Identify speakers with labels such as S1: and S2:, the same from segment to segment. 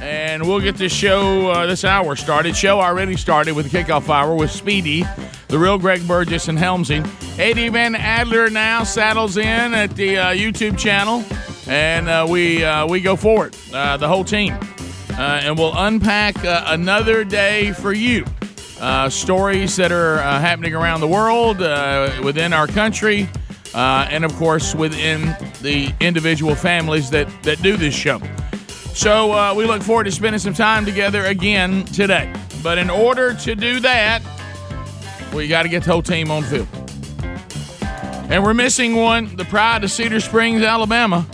S1: And we'll get this show, uh, this hour started. Show already started with the kickoff hour with Speedy, the real Greg Burgess, and Helmsing. Eddie Van Adler now saddles in at the uh, YouTube channel, and uh, we uh, we go forward, uh, the whole team, uh, and we'll unpack uh, another day for you. Uh, stories that are uh, happening around the world, uh, within our country, uh, and of course within the individual families that that do this show. So uh, we look forward to spending some time together again today. But in order to do that, we got to get the whole team on field. And we're missing one, the pride of Cedar Springs, Alabama.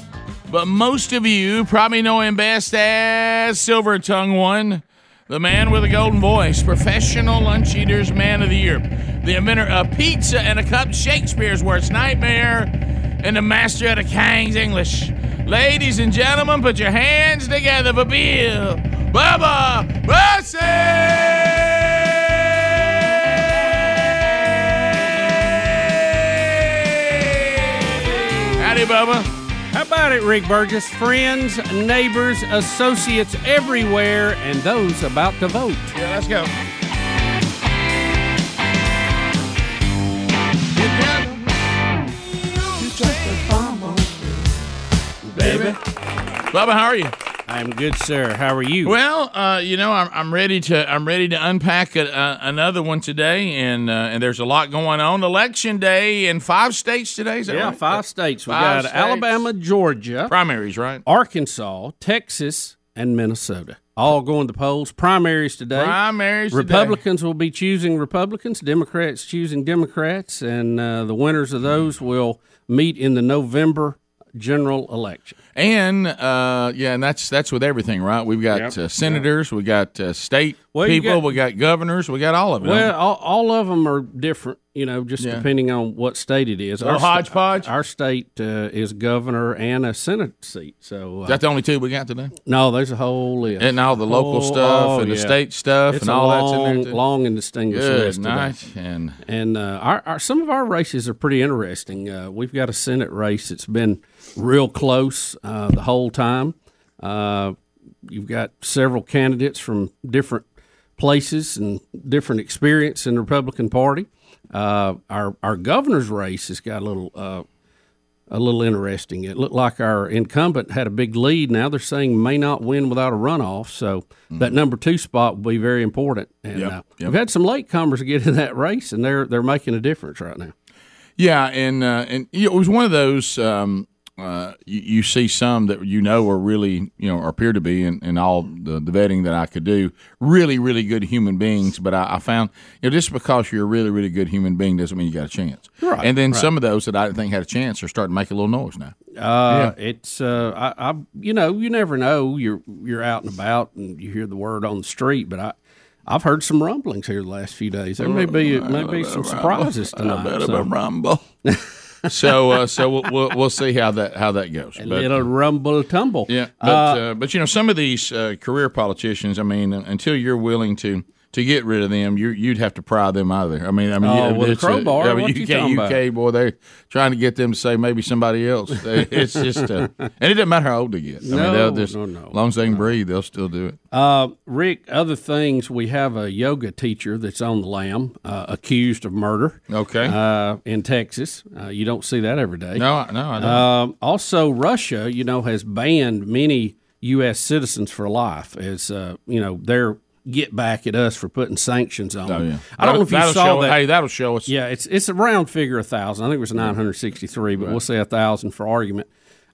S1: But most of you probably know him best as Silver Tongue One, the man with a golden voice, professional lunch eaters, man of the year, the inventor of pizza and a cup, Shakespeare's worst nightmare, and the master of the King's English. Ladies and gentlemen, put your hands together for Bill Bubba Bussey! Howdy, Bubba.
S2: How about it, Rick Burgess? Friends, neighbors, associates everywhere, and those about to vote.
S1: Yeah, let's go. Baby. Bubba, how are you?
S2: I'm good, sir. How are you?
S1: Well, uh, you know, I'm, I'm ready to I'm ready to unpack a, a, another one today, and uh, and there's a lot going on. Election day in five states today. Is that
S2: yeah,
S1: right?
S2: five states. We
S1: Five
S2: got
S1: states.
S2: Alabama, Georgia,
S1: primaries, right?
S2: Arkansas, Texas, and Minnesota. All going to polls. Primaries today.
S1: Primaries. today.
S2: Republicans will be choosing Republicans, Democrats choosing Democrats, and uh, the winners of those will meet in the November general election.
S1: And uh, yeah, and that's that's with everything, right? We've got uh, senators, we got uh, state
S2: Well, you
S1: people,
S2: got-
S1: we got governors, we got all of it.
S2: Well, all, all of them are different, you know, just
S1: Yeah.
S2: depending on what state it is.
S1: Little
S2: sta-
S1: hodgepodge?
S2: Our state uh, is governor and a senate seat. So uh,
S1: is that the only two we got today?
S2: no, there's a whole list
S1: And all the local
S2: Whole-
S1: stuff
S2: oh,
S1: and the
S2: yeah.
S1: state stuff
S2: It's
S1: and
S2: a
S1: all
S2: long,
S1: that's in there. Too.
S2: long and distinguished
S1: Good
S2: list. today.
S1: night. And
S2: And uh, our, our some of our races are pretty interesting. Uh, we've got a Senate race that's been real close uh, the whole time. Uh, you've got several candidates from different places and different experience in the Republican Party. Uh, our our governor's race has got a little uh, a little interesting. It looked like our incumbent had a big lead. Now they're saying may not win without a runoff. So that number two spot will be very important. And
S1: Mm-hmm. Yep,
S2: uh,
S1: yep.
S2: we've had some latecomers get in that race, and they're they're making a difference right now.
S1: yeah, and uh, and you know, it was one of those. Um, uh, you, you see some that you know are really you know or appear to be in, in all the, the vetting that I could do really really good human beings but I, I found you know just because you're a really really good human being doesn't mean you got a chance
S2: Right,
S1: and then some of those that I didn't think had a chance are starting to make a little noise now
S2: Uh, It's uh, I, I you know you never know you're you're out and about and you hear the word on the street, but I. I've heard some rumblings here the last few days. There may be
S1: Mm,
S2: may be some surprises tonight. so-
S1: rumble so uh, so we'll, we'll we'll see how that how that goes
S2: A
S1: But-
S2: little rumble tumble.
S1: Yeah, but uh, but you know some of these uh, career politicians. I mean, until you're willing to to get rid of them, you you'd have to pry them out of there. I mean, I mean,
S2: Oh,
S1: you-
S2: with a
S1: it's
S2: crowbar?
S1: I mean,
S2: What you
S1: UK,
S2: talking about?
S1: UK boy, they're trying to get them to say maybe somebody else. They- It's just, uh, and it doesn't matter how old they get. I mean,
S2: No,
S1: they'll just,
S2: no, no.
S1: As long as they can breathe, they'll still do it.
S2: Uh, Rick, other things, we have a yoga teacher that's on the lam, uh, accused of murder
S1: Okay.
S2: uh, in Texas. Uh, you don't see that every day.
S1: no, I- no, I don't.
S2: Um, also, Russia, you know, has banned many U.S. citizens for life. As uh, you know, their get back at us for putting sanctions on.
S1: Oh, yeah.
S2: them. I don't know if you
S1: That'll
S2: saw
S1: show-
S2: that.
S1: Hey, that'll show us.
S2: Yeah, it's it's a round figure a thousand. I think it was nine hundred sixty three, but we'll say a thousand for argument.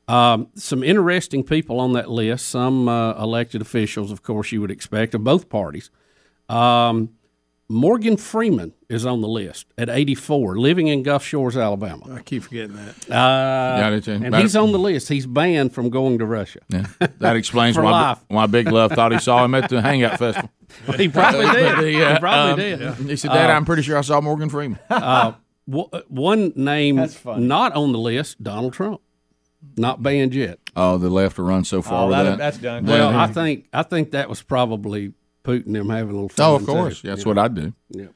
S2: Um, some interesting people on that list. Some uh, elected officials, of course, you would expect of both parties. Um, Morgan Freeman is on the list at eighty four, living in Gulf Shores, Alabama,
S3: I keep forgetting that.
S1: Yeah, I did too.
S2: and
S1: That-
S2: he's on the list. He's banned from going to Russia.
S1: yeah. That explains
S2: For
S1: why,
S2: life.
S1: why Big Love thought he saw him at the Hangout Festival.
S2: He probably
S1: But
S2: did.
S1: the, uh,
S2: he probably
S1: um,
S2: did.
S1: He said, Dad, I'm pretty sure I saw Morgan Freeman.
S2: Wo- uh, One name not on the list: Donald Trump, not banned yet.
S1: oh, the left will run so far
S4: Oh,
S1: with
S4: that-
S1: that.
S4: that's done.
S1: That-
S2: Well, I think I think that was probably Putin them having a little fun.
S1: oh, of
S2: too.
S1: course. That's what I'd do.
S2: Yeah.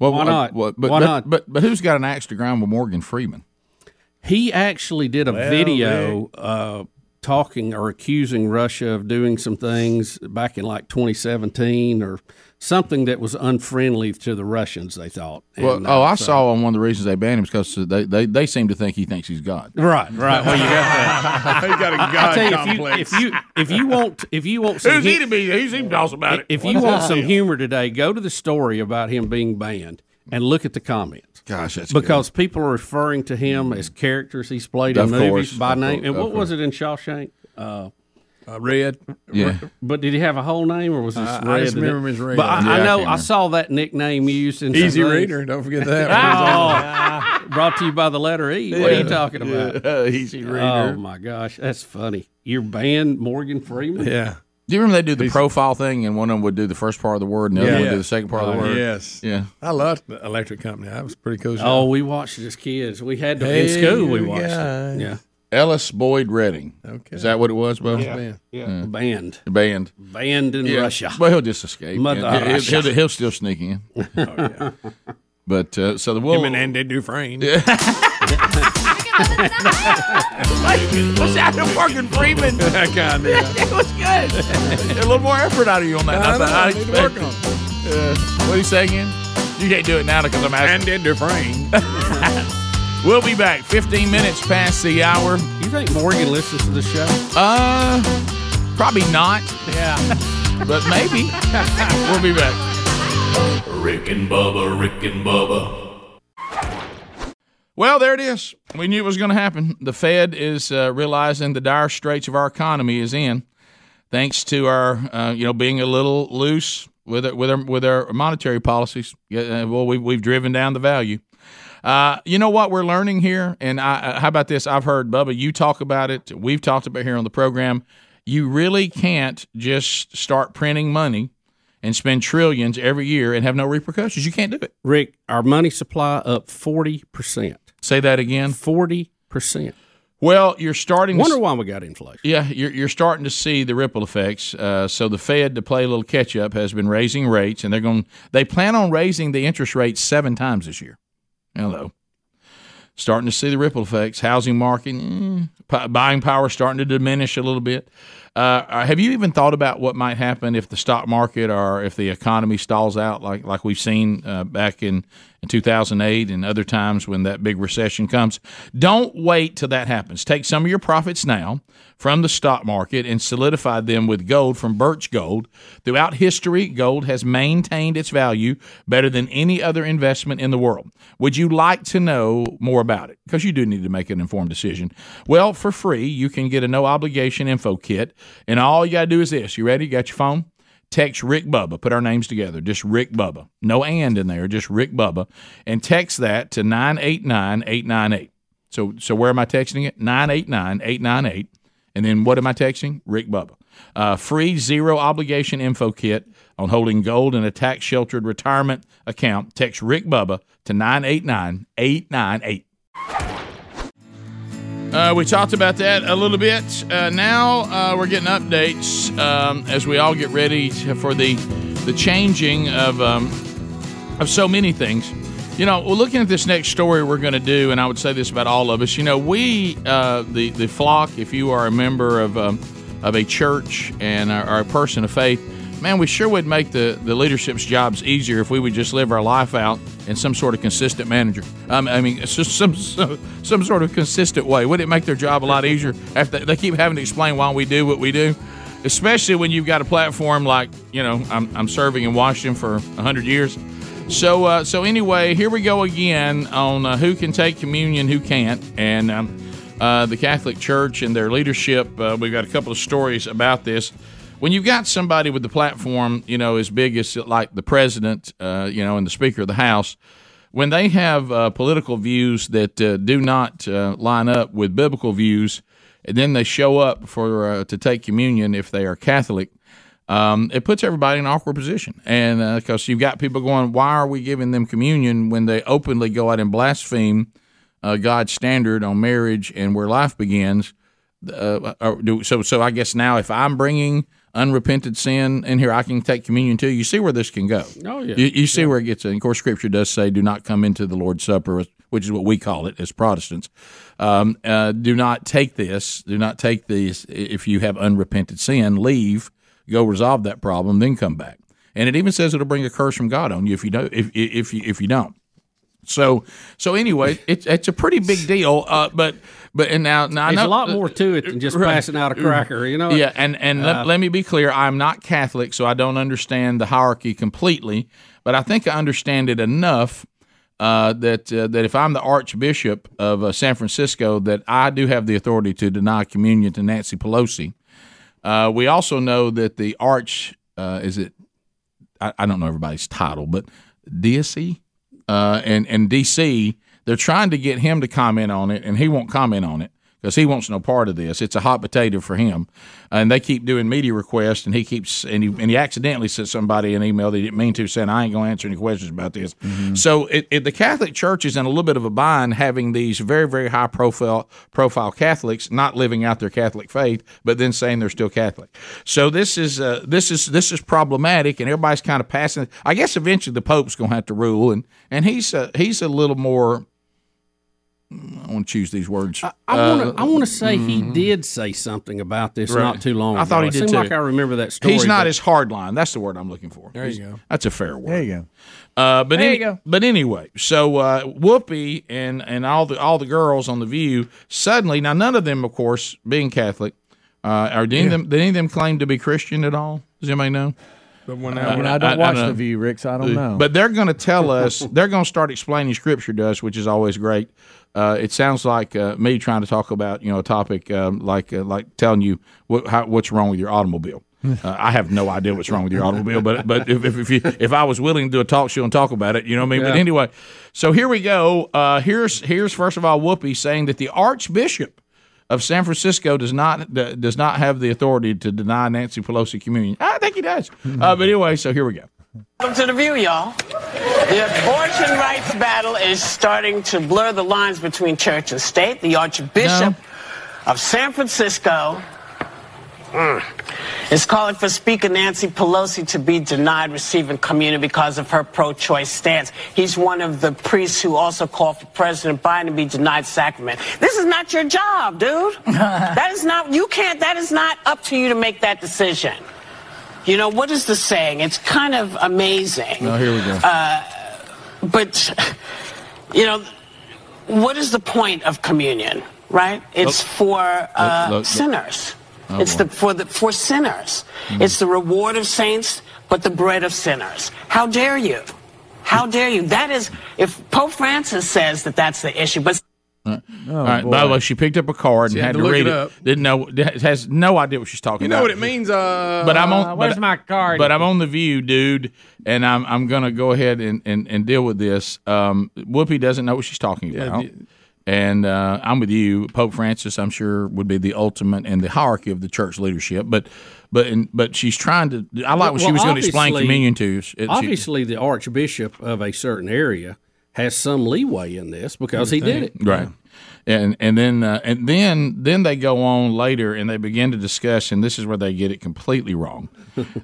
S1: Well,
S2: Why
S1: uh,
S2: not?
S1: well, but,
S2: Why
S1: but,
S2: not?
S1: But, but who's got an axe to grind with Morgan Freeman?
S2: He actually did a video uh, talking or accusing Russia of doing some things back in like 2017 or something that was unfriendly to the Russians. They thought. And,
S1: Well,
S2: uh,
S1: oh, I saw on one of the reasons they banned him because they, they, they seem to think he thinks he's God.
S2: right, right. Well, you got that.
S3: He got a
S2: I
S3: god
S2: tell you,
S3: complex.
S2: if you, if you if you want if you want some hu-
S1: be? Who's he talking about
S2: if you want some humor today, go to the story about him being banned and look at the comments.
S1: Gosh, that's good. Mm-hmm.
S2: because people are referring to him as characters he's played
S1: Of
S2: in movies
S1: course.
S2: by
S1: Of
S2: name.
S1: course.
S2: and
S1: Of
S2: what was it in Shawshank? Uh,
S3: I read.
S1: yeah.
S2: but did he have a whole name or was this
S3: I- I
S2: Red?
S3: just
S2: in it?
S3: remember him as Red.
S2: But I,
S1: Yeah, I
S2: I
S1: can't
S2: know I,
S1: remember.
S2: saw that nickname used in some
S3: Easy
S2: things.
S3: reader. Don't forget that.
S2: Oh, brought to you by the letter E. What are you talking about?
S1: easy reader.
S2: Oh my gosh, that's funny. You're banned Morgan Freeman.
S3: yeah.
S1: Do you remember they do the profile thing and one of them would do the first part of the word and the other one would
S3: Yeah.
S1: do the second part of
S2: Oh,
S1: the word?
S3: Yes.
S1: Yeah.
S3: I loved the electric company. That was a pretty cool.
S2: Oh,
S3: Show.
S2: we watched it as kids. We had to in
S3: Hey,
S2: school. We
S3: you
S2: watched
S3: guys.
S2: it. Yeah,
S1: Ellis Boyd Redding.
S3: Okay.
S1: Is that what it was, Bo?
S3: man.
S2: banned,
S1: The band.
S2: banned in
S1: Hmm. Yeah.
S2: Russia.
S1: Well, he'll just escape.
S2: Mother
S1: Yeah, he'll,
S2: Russia.
S1: he'll- he'll still sneak in. But uh, so the wool.
S3: Oh, Him and Andy Dufresne.
S1: What's that? Morgan Freeman.
S3: That guy there.
S1: it was good. a little more effort out of you on that.
S3: I know, I need to work
S1: expected. Uh, what are you saying again? You can't do it now because I'm asking.
S3: Andy Dufresne.
S1: We'll be back 15 minutes past the hour.
S2: You think Morgan listens to the show?
S1: Uh, probably not. Yeah. but maybe. we'll be back.
S5: Rick and Bubba, Rick and Bubba.
S1: Well, there it is. We knew it was going to happen. The Fed is uh, realizing the dire straits of our economy is in, thanks to our, uh, you know, being a little loose with our, with our, with our monetary policies. Yeah, uh, well, we've we've driven down the value. Uh, you know what we're learning here, and I, uh, how about this? I've heard Bubba, you talk about it. We've talked about it here on the program. You really can't just start printing money and spend trillions every year and have no repercussions. You can't do it.
S2: Rick, our money supply up forty percent.
S1: Say that again.
S2: Forty percent.
S1: Well, you're starting. to
S2: Wonder why we got inflation.
S1: Yeah, you're, you're starting to see the ripple effects. Uh, so the Fed, to play a little catch up, has been raising rates, and they're going. They plan on raising the interest rate seven times this year. Hello, starting to see the ripple effects. Housing market, mm, pu- buying power, starting to diminish a little bit. Uh, have you even thought about what might happen if the stock market or if the economy stalls out, like like we've seen uh, back in, in 2008 and other times when that big recession comes? Don't wait till that happens. Take some of your profits now from the stock market and solidify them with gold from Birch Gold. Throughout history, gold has maintained its value better than any other investment in the world. Would you like to know more about it? Because you do need to make an informed decision. Well, for free, you can get a no obligation info kit, and all you got to do is this. You ready? You got your phone? Text Rick Bubba. Put our names together. Just Rick Bubba. No and in there. Just Rick Bubba. And text that to 989898. So, so where am I texting it? 989898. And then what am I texting? Rick Bubba. Uh, free zero obligation info kit on holding gold in a tax sheltered retirement account. Text Rick Bubba to 989898. Uh, we talked about that a little bit. Uh, now uh, we're getting updates um, as we all get ready to- for the the changing of um, of so many things. You know, well, looking at this next story we're going to do, and I would say this about all of us. You know, we uh, the the flock. If you are a member of um, of a church and are, are a person of faith, man, we sure would make the the leadership's jobs easier if we would just live our life out in some sort of consistent manager. Um, I mean, it's just some, some some sort of consistent way. Would it make their job a lot easier? After they keep having to explain why we do what we do. especially when you've got a platform like you know I'm, I'm serving in Washington for hundred years. So uh, so anyway, here we go again on uh, who can take communion, who can't, and um, uh, the Catholic Church and their leadership. Uh, we've got a couple of stories about this. When you've got somebody with the platform, you know, as big as like the president, uh, you know, and the Speaker of the House, when they have uh, political views that uh, do not uh, line up with biblical views, and then they show up for uh, to take communion if they are Catholic, um, it puts everybody in an awkward position. And because you've got people going, why are we giving them communion when they openly go out and blaspheme uh, God's standard on marriage and where life begins? Uh, or do, so, so I guess now if I'm bringing unrepented sin in here, I can take communion too. You see where this can go.
S2: Oh, yeah.
S1: You, you see where it gets. And of course, Scripture does say, "Do not come into the Lord's Supper," which is what we call it as Protestants. Um, uh, do not take this. Do not take these. If you have unrepented sin, leave. Go resolve that problem, then come back. And it even says it'll bring a curse from God on you if you don't. If if you if you don't. So so anyway, it's it's a pretty big deal. Uh, but but and now now I
S2: There's
S1: know uh, Mm.
S2: a lot more Uh. to it than just passing out a cracker, you know?
S1: yeah, and and let, let me be clear. I'm not Catholic, so I don't understand the hierarchy completely, but I think I understand it enough uh, that uh, that if I'm the Archbishop of uh, San Francisco, that I do have the authority to deny communion to Nancy Pelosi. Uh, we also know that the Arch uh, is it. I, I don't know everybody's title, but DSC uh, and and DC, they're trying to get him to comment on it, and he won't comment on it because he wants no part of this. It's a hot potato for him, and they keep doing media requests, and he keeps and he and he accidentally sent somebody an email that he didn't mean to, saying I ain't going to answer any questions about this. So it, it, the Catholic Church is in a little bit of a bind, having these very very high profile profile Catholics not living out their Catholic faith, but then saying they're still Catholic. So this is uh, this is this is problematic, and everybody's kind of passing. it. I guess eventually the Pope's going to have to rule, and and he's a, he's a little more. I want to choose these words.
S2: I
S1: Uh,
S2: want to. I want to say he did say something about this not too long.
S1: mm-hmm. I thought
S2: ago.
S1: he
S2: It
S1: did
S2: seemed
S1: too.
S2: like I remember that story.
S1: He's not
S2: but
S1: as hard line. That's the word I'm looking for. There
S3: you go.
S1: That's a fair word.
S3: There you go.
S1: Uh, but any-
S3: you go.
S1: but anyway, so uh, Whoopi and and all the all the girls on the View suddenly now none of them, of course, being Catholic, uh, are did any of them did any of them claim to be Christian at all? Does anybody know?
S3: But when I,
S1: when
S3: when
S1: I-
S3: I
S1: I- I
S3: don't watch
S1: don't know.
S3: the view, Rick, so I don't know.
S1: But they're going to tell us, they're going to start explaining Scripture to us, which is always great. Uh, it sounds like uh, me trying to talk about you know a topic um, like uh, like telling you what, how, what's wrong with your automobile. Uh, I have no idea what's wrong with your automobile, but but if if, if, you, if I was willing to do a talk show and talk about it, you know what I mean. But anyway, so here we go. Uh, here's here's first of all Whoopi saying that the Archbishop of San Francisco does not d- does not have the authority to deny Nancy Pelosi communion. I think he does. Uh, but anyway, so here we go.
S4: Welcome to the view, y'all. The abortion rights battle is starting to blur the lines between church and state. The Archbishop of San Francisco mm, is calling for Speaker Nancy Pelosi to be denied receiving communion because of her pro choice stance. He's one of the priests who also called for President Biden to be denied sacrament. This is not your job, dude. that is not, you can't, that is not up to you to make that decision. You know, what is the saying? It's kind of amazing.
S1: Oh, here we go.
S4: But, you know, what is the point of communion, right? It's for uh,
S1: look, look.
S4: sinners. it's the, for the for sinners. It's the reward of saints, but the bread of sinners. How dare you? How dare you? That is, if Pope Francis says that that's the issue, but
S1: All right. By the way, she picked up a card and
S3: Oh, had
S1: had
S3: to
S1: to
S3: look
S1: read
S3: it
S1: it.
S3: up.
S1: Didn't know. Has no idea what she's talking
S3: you
S1: about.
S3: know what it means? Uh,
S1: But I'm on.
S6: where's
S1: but,
S6: my card?
S1: But I'm on the view, dude, and I'm I'm gonna go ahead and and, and deal with this. Um, Whoopi doesn't know what she's talking about. and uh, I'm with you. Pope Francis, I'm sure, would be the ultimate in the hierarchy of the church leadership. But, but, and, but she's trying to. I like what she
S2: Well,
S1: was going to explain
S2: obviously-
S1: communion to. us. It- she-
S2: Obviously, the archbishop of a certain area has some leeway in this because he did it.
S1: right and and then uh, and then then they go on later and they begin to discuss and this is where they get it completely wrong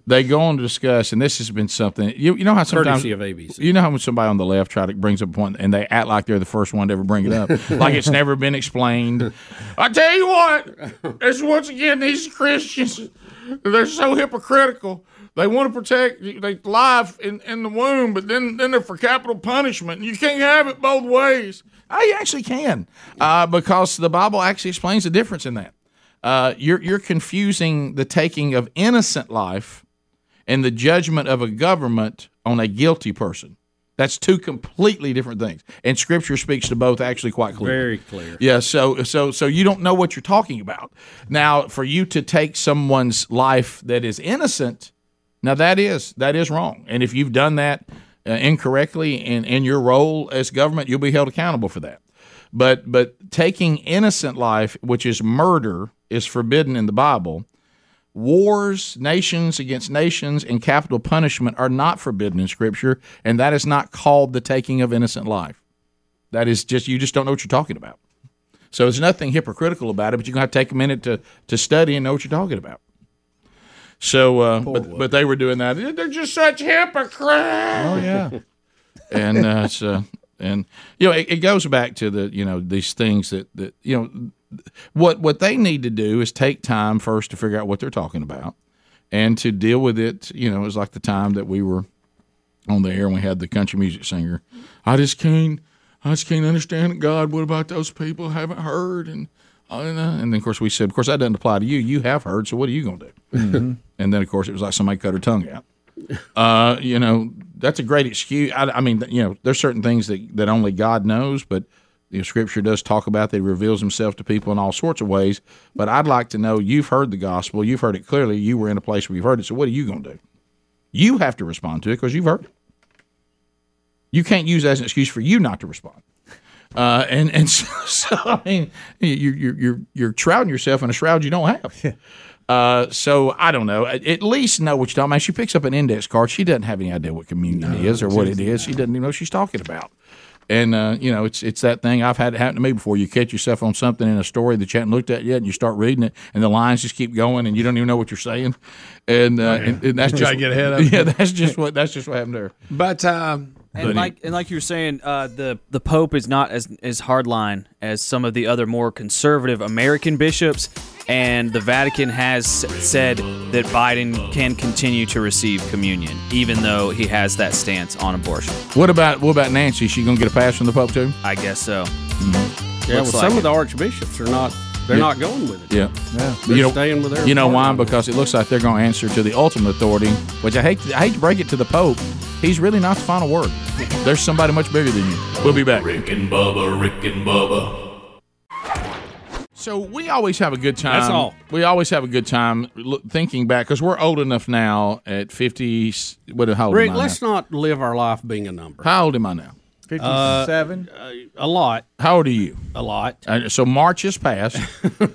S1: they go on to discuss and this has been something you, you know how sometimes
S2: Courtesy of ABC.
S1: you know how when somebody on the left try to brings up a point and they act like they're the first one to ever bring it up like it's never been explained i tell you what it's once again these christians they're so hypocritical they want to protect they life in, in the womb, but then then they're for capital punishment. You can't have it both ways. I actually can, uh, because the Bible actually explains the difference in that. uh, you're you're confusing the taking of innocent life and the judgment of a government on a guilty person. That's two completely different things, and Scripture speaks to both actually quite clearly.
S2: Very clear.
S1: Yeah, so so so you don't know what you're talking about. Now, for you to take someone's life that is innocent, now that is that is wrong. And if you've done that uh, incorrectly in in your role as government, you'll be held accountable for that. But but taking innocent life, which is murder, is forbidden in the Bible. Wars, nations against nations, and capital punishment are not forbidden in Scripture, and that is not called the taking of innocent life. That is just you just don't know what you're talking about. So there's nothing hypocritical about it, but you're gonna have to take a minute to to study and know what you're talking about. So, uh, but, but they were doing that. They're just such hypocrites.
S3: Oh yeah.
S1: and uh, so and you know it, it goes back to the you know these things that that you know what what they need to do is take time first to figure out what they're talking about and to deal with it you know it was like the time that we were on the air and we had the country music singer i just can't i just can't understand god what about those people haven't heard and and, uh, and then of course we said of course that doesn't apply to you you have heard so what are you going to do and then of course it was like somebody cut her tongue out uh, you know, that's a great excuse. I, I mean, you know, there's certain things that, that only God knows, but you know, Scripture does talk about that He reveals Himself to people in all sorts of ways. But I'd like to know you've heard the gospel, you've heard it clearly, you were in a place where you've heard it. So what are you going to do? You have to respond to it because you've heard it. You can't use that as an excuse for you not to respond. Uh, and and so, so I mean, you you you're you're shrouding yourself in a shroud you don't have. Uh, so I don't know. At at least know what you're talking about. She picks up an index card. She doesn't have any idea what communion is or what it is. She doesn't even know what she's talking about. And uh, you know, it's it's that thing I've had it happen to me before. You catch yourself on something in a story that you haven't looked at yet, and you start reading it, and the lines just keep going, and you don't even know what you're saying. And, uh, and, and that's
S3: Oh, Try
S1: just
S3: to get ahead of it.
S1: yeah, that's just what that's just what happened there.
S3: But um,
S6: And like and like you were saying, uh, the the Pope is not as as hardline as some of the other more conservative American bishops, and the Vatican has s- said that Biden can continue to receive communion, even though he has that stance on abortion.
S1: What about what about Nancy? She gonna get a pass from the Pope too?
S6: I guess so.
S2: Yeah, well,
S6: Looks
S2: some
S6: like
S2: of the archbishops are not. They're not going with it.
S1: Yeah.
S3: yeah.
S2: They're
S1: You know-
S2: staying with their.
S1: You know why?
S2: party.
S1: Because it looks like they're going to answer to the ultimate authority, which I hate. To, I hate to break it to the Pope. He's really not the final word. There's somebody much bigger than you. We'll be back.
S5: Rick and Bubba, Rick and Bubba.
S1: So we always have a good time.
S2: That's all.
S1: We always have a good time lo- thinking back because we're old enough now. At fifty, s- what how old
S2: Rick,
S1: am I
S2: let's
S1: now?
S2: not live our life being a number.
S1: How old am I now?
S7: uh,
S3: fifty-seven.
S2: A lot,
S1: How old are you?
S2: a lot.
S1: Uh, so March is past.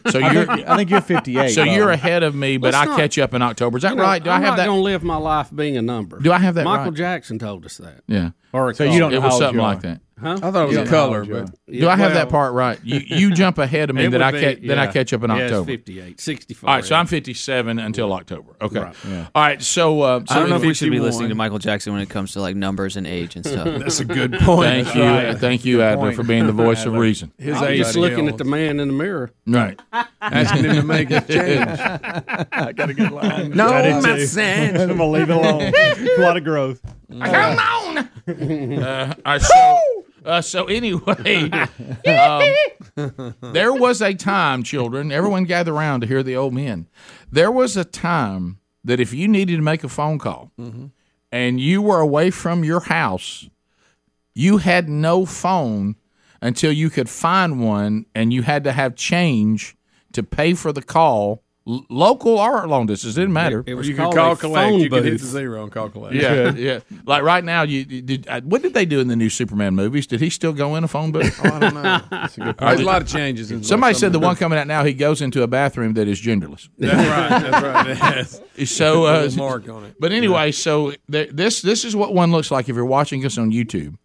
S1: So you're
S3: I think you're fifty-eight.
S1: so
S3: Bob.
S1: you're ahead of me, but
S2: Let's
S1: I
S2: not-
S1: catch up in October. Is that right? Do
S2: I'm
S1: I have
S2: not
S1: that?
S2: Going to live my life being a number.
S1: Do I have that
S2: Michael
S1: right?
S2: Jackson told us that.
S1: yeah.
S2: Or
S3: So you don't know
S1: It
S3: how
S1: was
S3: old
S1: something
S3: you
S1: like
S3: are.
S1: that.
S3: I thought it was a color, but
S1: Do I have that part right? You you jump ahead of me that I ca- that I catch up in
S2: yeah,
S1: October.
S2: It's 58, 64.
S1: All right, so I'm 57 until October. Okay. All right, so, uh, so
S6: I don't know if we should be
S3: 51.
S6: listening to Michael Jackson when it comes to like numbers and age and stuff.
S3: that's a good point.
S1: Thank you, thank you, Adler, for being the voice of reason.
S3: His
S2: I'm
S3: age
S2: just looking at the man in the mirror.
S1: Right.
S3: asking him to make a change. I got a good line. No, my son. I'm gonna leave it alone. a lot of growth.
S1: Come on. Uh, all right, so, uh, so anyway, um, there was a time, children. Everyone gather around to hear the old men. There was a time that if you needed to make a phone call and you were away from your house, you had no phone until you could find one, and you had to have change to pay for the call, l- local or long distance. It didn't matter.
S2: It was
S3: You can
S2: called
S3: call
S2: a
S3: collect.
S2: phone
S3: You can hit
S2: booth.
S3: the zero and call collect.
S1: Yeah, yeah. Like right now, you, you did. uh, What did they do in the new Superman movies? Did he still go in a phone booth?
S3: I don't know. That's a good point. There's a lot of changes. In
S1: Somebody said the one coming out now, he goes into a bathroom that is genderless.
S3: That's right. That's right. Yes.
S1: So, uh,
S3: Little mark on it.
S1: but anyway, so th- this this is what one looks like if you're watching us on YouTube.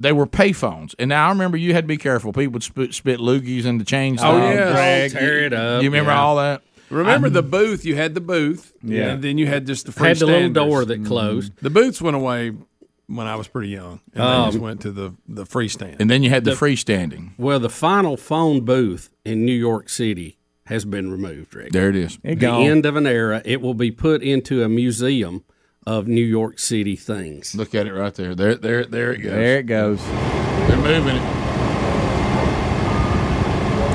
S1: They were payphones, and now I remember you had to be careful. People would spit, spit loogies into chains.
S3: Oh, yeah.
S2: Greg, tear it up.
S1: you remember all that?
S3: Remember the booth? You had the booth,
S2: Yeah.
S3: and then you had just the
S2: Had the little
S3: freestanders.
S2: door
S1: Mm-hmm.
S2: that closed.
S3: The boots went away when I was pretty young, and I
S2: Um,
S3: just went to the the freestand.
S1: And then you had the, freestanding.
S2: Well, the final phone booth in New York City has been removed, Rick.
S1: There it is.
S2: the end of an era. It will be put into a museum of New York City things.
S1: Look at it right there. There, there, there it goes.
S7: it goes.
S1: They're moving it.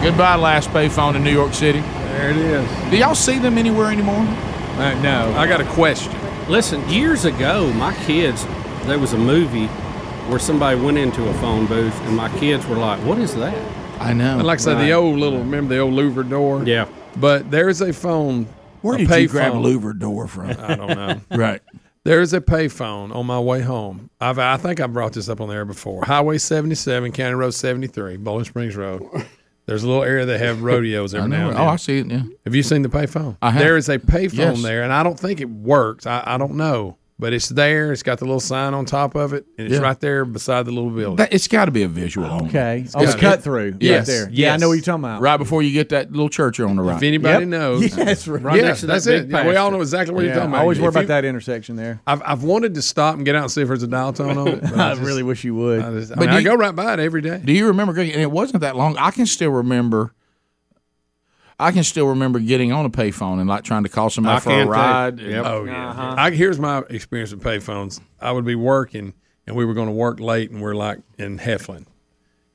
S1: Goodbye, last payphone in New York City.
S3: There it is.
S1: Do y'all see them anywhere anymore?
S3: Uh, no.
S7: I got a question.
S2: Listen, years ago, my kids, there was a movie where somebody went into a phone booth, and my kids were like, "What is that?"
S1: I know.
S7: And like I said, the old little, remember the old louver door?
S2: Yeah.
S7: But there is a phone.
S1: where
S7: a
S1: did
S7: pay
S1: you grab
S7: phone.
S1: louver door from?
S7: I don't know.
S1: right.
S7: There is a payphone on my way home. I've, I think I brought this up on the air before. Highway 77, County Road 73, Bowling Springs Road. There's a little area that have rodeos
S1: I
S7: every now
S1: know.
S7: and
S1: Oh,
S7: then.
S1: I see it. Yeah.
S7: Have you seen the payphone?
S1: I have.
S7: There is a payphone
S1: Yes.
S7: there, and I don't think it works. I, I don't know, but it's there. It's got the little sign on top of it, and it's
S1: Yeah.
S7: right there beside the little building.
S1: That, it's got to be a visual. on it.
S3: Okay. Oh, it's
S7: got-
S3: cut through.
S7: Yes,
S3: Right there. Yeah, I
S7: yes.
S3: know what you're talking about.
S1: Right before you get that little church on the right.
S7: if anybody
S3: Yep.
S7: knows,
S3: Yes, right.
S7: yeah,
S2: next to that
S7: that's
S2: big
S7: it. Yeah, we all know
S2: pasture.
S7: exactly what you're
S3: Yeah,
S7: talking
S3: I
S7: about.
S3: always worry
S7: If
S3: about
S7: you-
S3: that intersection there.
S7: I've, I've wanted to stop and get out and see if there's a dial tone on it. but
S3: I
S7: just-
S3: really wish you would.
S7: I, just, I
S1: But
S7: mean,
S1: do
S7: I
S1: you-
S7: go right by it every day.
S1: Do you remember? Greg, And it wasn't that long. I can still remember. I can still remember getting on a payphone and like trying to call somebody
S2: I
S1: for a
S2: can't
S1: ride.
S2: take- yep.
S7: Oh yeah. I, here's my experience with payphones. I would be working, and we were going to work late, and we're like in Heflin,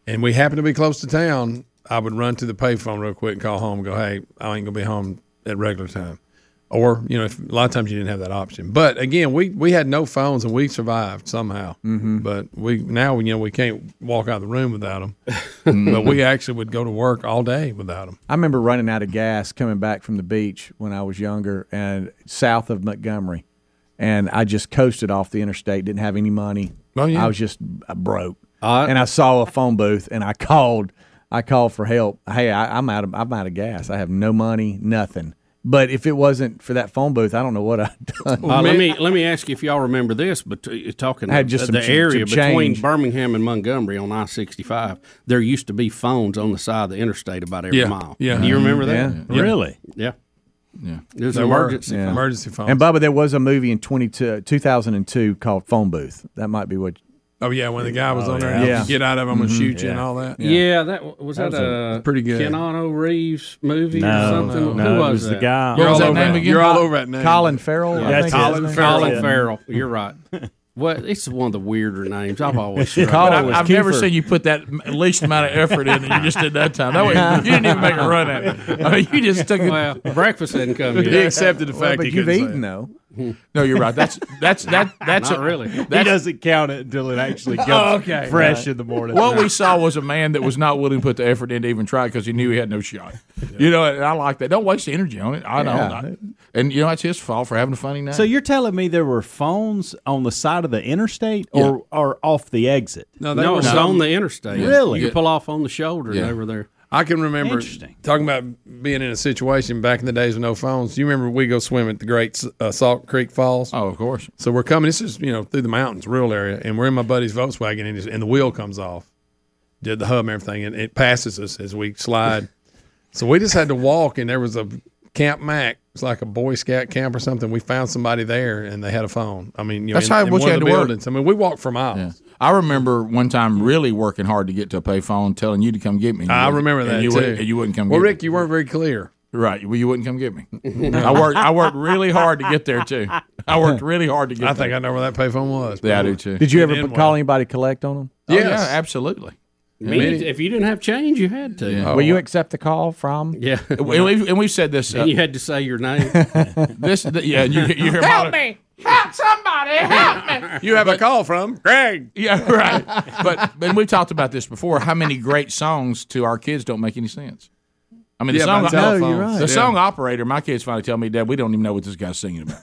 S7: and we happened to be close to town. I would run to the payphone real quick and call home and go, "Hey, I ain't gonna be home at regular time," or you know, if, a lot of times you didn't have that option. But again, we we had no phones and we survived somehow. But we now you know we can't walk out of the room without them. but we actually would go to work all day without them.
S3: I remember running out of gas coming back from the beach when I was younger and south of Montgomery. And I just coasted off the interstate, didn't have any money.
S7: Oh, yeah.
S3: I was just uh, broke.
S2: Uh,
S3: and I saw a phone booth and I called. I called for help. Hey, I, I'm out of I'm out of gas. I have no money, nothing. But if it wasn't for that phone booth, I don't know what I'd done.
S2: Uh, let me let me ask you if y'all remember this, but uh, you're talking
S3: I had just
S2: uh,
S3: some
S2: the
S3: ch-
S2: area
S3: some change.
S2: between Birmingham and Montgomery on I sixty five. There used to be phones on the side of the interstate about every
S7: Yeah.
S2: mile.
S7: Yeah.
S2: do you remember that?
S8: Really?
S2: Yeah,
S1: Yeah.
S2: It was
S7: There
S2: an
S7: were
S2: emergency. phone.
S7: emergency phones.
S3: And Bubba, there was a movie in 22, 2002 called Phone Booth. That might be what.
S7: oh yeah, when the guy was on there,
S3: yeah.
S7: and
S3: Yeah.
S7: get out of them and shoot you and all that.
S2: Yeah. that w- was that,
S3: was
S2: a,
S7: pretty good.
S2: Keanu Reeves movie or
S8: No,
S2: something.
S8: Oh, no,
S2: Who
S8: it
S2: was,
S8: was
S2: that?
S8: the guy.
S7: You're
S1: What was
S7: all
S1: that
S7: over
S1: name
S7: it.
S1: again?
S7: You're all over that name.
S3: Colin Farrell. I
S8: That's
S3: think
S8: it.
S3: his
S7: Colin
S3: name-
S7: Farrell.
S2: Colin
S8: Yeah.
S2: Farrell. You're right. Well, it's one of the weirder names. I've always
S3: Colin
S2: struggled.
S1: I've,
S3: Oh, was
S1: I've never
S3: Kiefer.
S1: seen you put that m- least amount of effort in that you just did that time. That way, you didn't even make a run at it. I mean, you just took it.
S2: Well, breakfast hadn't come
S7: He
S2: yet.
S7: accepted the
S3: Well,
S7: fact
S3: but
S7: he
S3: you've
S7: couldn't say
S3: eaten
S7: it.
S3: though.
S1: No, you're right. That's that's that that's
S2: Not
S1: a-
S2: really.
S8: He
S1: That's,
S8: doesn't count it until it actually comes
S2: Oh,
S1: okay.
S8: fresh in the morning.
S1: what we saw was a man that was not willing to put the effort in to even try because he knew he had no shot. You know, and I like that. Don't waste the energy on it. I know.
S3: Yeah.
S1: and you know, it's his fault for having a funny night.
S8: So you're telling me there were phones on the side of the interstate or, or off the exit?
S7: No, they
S2: No, it
S7: were
S2: was
S7: some-
S2: on the interstate.
S8: Really?
S2: You pull off on the shoulder
S1: Yeah.
S2: and over there.
S7: I can remember
S8: Interesting.
S7: talking about being in a situation back in the days with no phones. You remember we go swim at the Great uh, Salt Creek Falls.
S1: oh, of course.
S7: So we're coming. This is you know through the mountains, rural area, and we're in my buddy's Volkswagen, and, it's- and the wheel comes off. Did the hub and everything, and it passes us as we slide. so we just had to walk, and there was a Camp Mac. It's like a Boy Scout camp or something. We found somebody there, and they had a phone. I mean, you know,
S1: That's
S7: in-
S1: how-
S7: in
S1: what you
S7: one
S1: had
S7: of the
S1: to work.
S7: buildings. I mean, we walked for miles.
S1: Yeah. I remember one time really working hard to get to a payphone, telling you to come get me. and you
S7: I
S1: wouldn't-
S7: remember
S1: and
S7: that
S1: you
S7: too.
S1: Wouldn't, and you wouldn't come.
S7: Well,
S1: get
S7: Rick,
S1: me.
S7: you weren't very clear.
S1: right? Well, you wouldn't come get me. I worked. I worked really hard to get there too. I worked really hard to get.
S7: I
S1: there.
S7: think I know where that payphone was.
S1: Yeah, I do too.
S3: Did you ever
S7: It did
S3: b- call anybody collect on them?
S1: Oh,
S7: Yes.
S1: yeah, absolutely.
S2: Me, if you didn't have change, you had to.
S1: Yeah.
S3: Will you accept the call from?
S2: Oh. Yeah.
S1: And we've, and we've said this. uh,
S2: and you had to say your name.
S1: this, th- yeah, you, you hear help me, help somebody, help me. You have a
S7: call from Greg.
S1: Yeah, right. but and we've talked about this before. How many great songs to our kids don't make any sense? I mean, the
S7: Yeah,
S1: song,
S7: by telephones. No, you're
S1: the
S7: right.
S1: song operator. My kids finally tell me, Dad, we don't even know what this guy's singing about.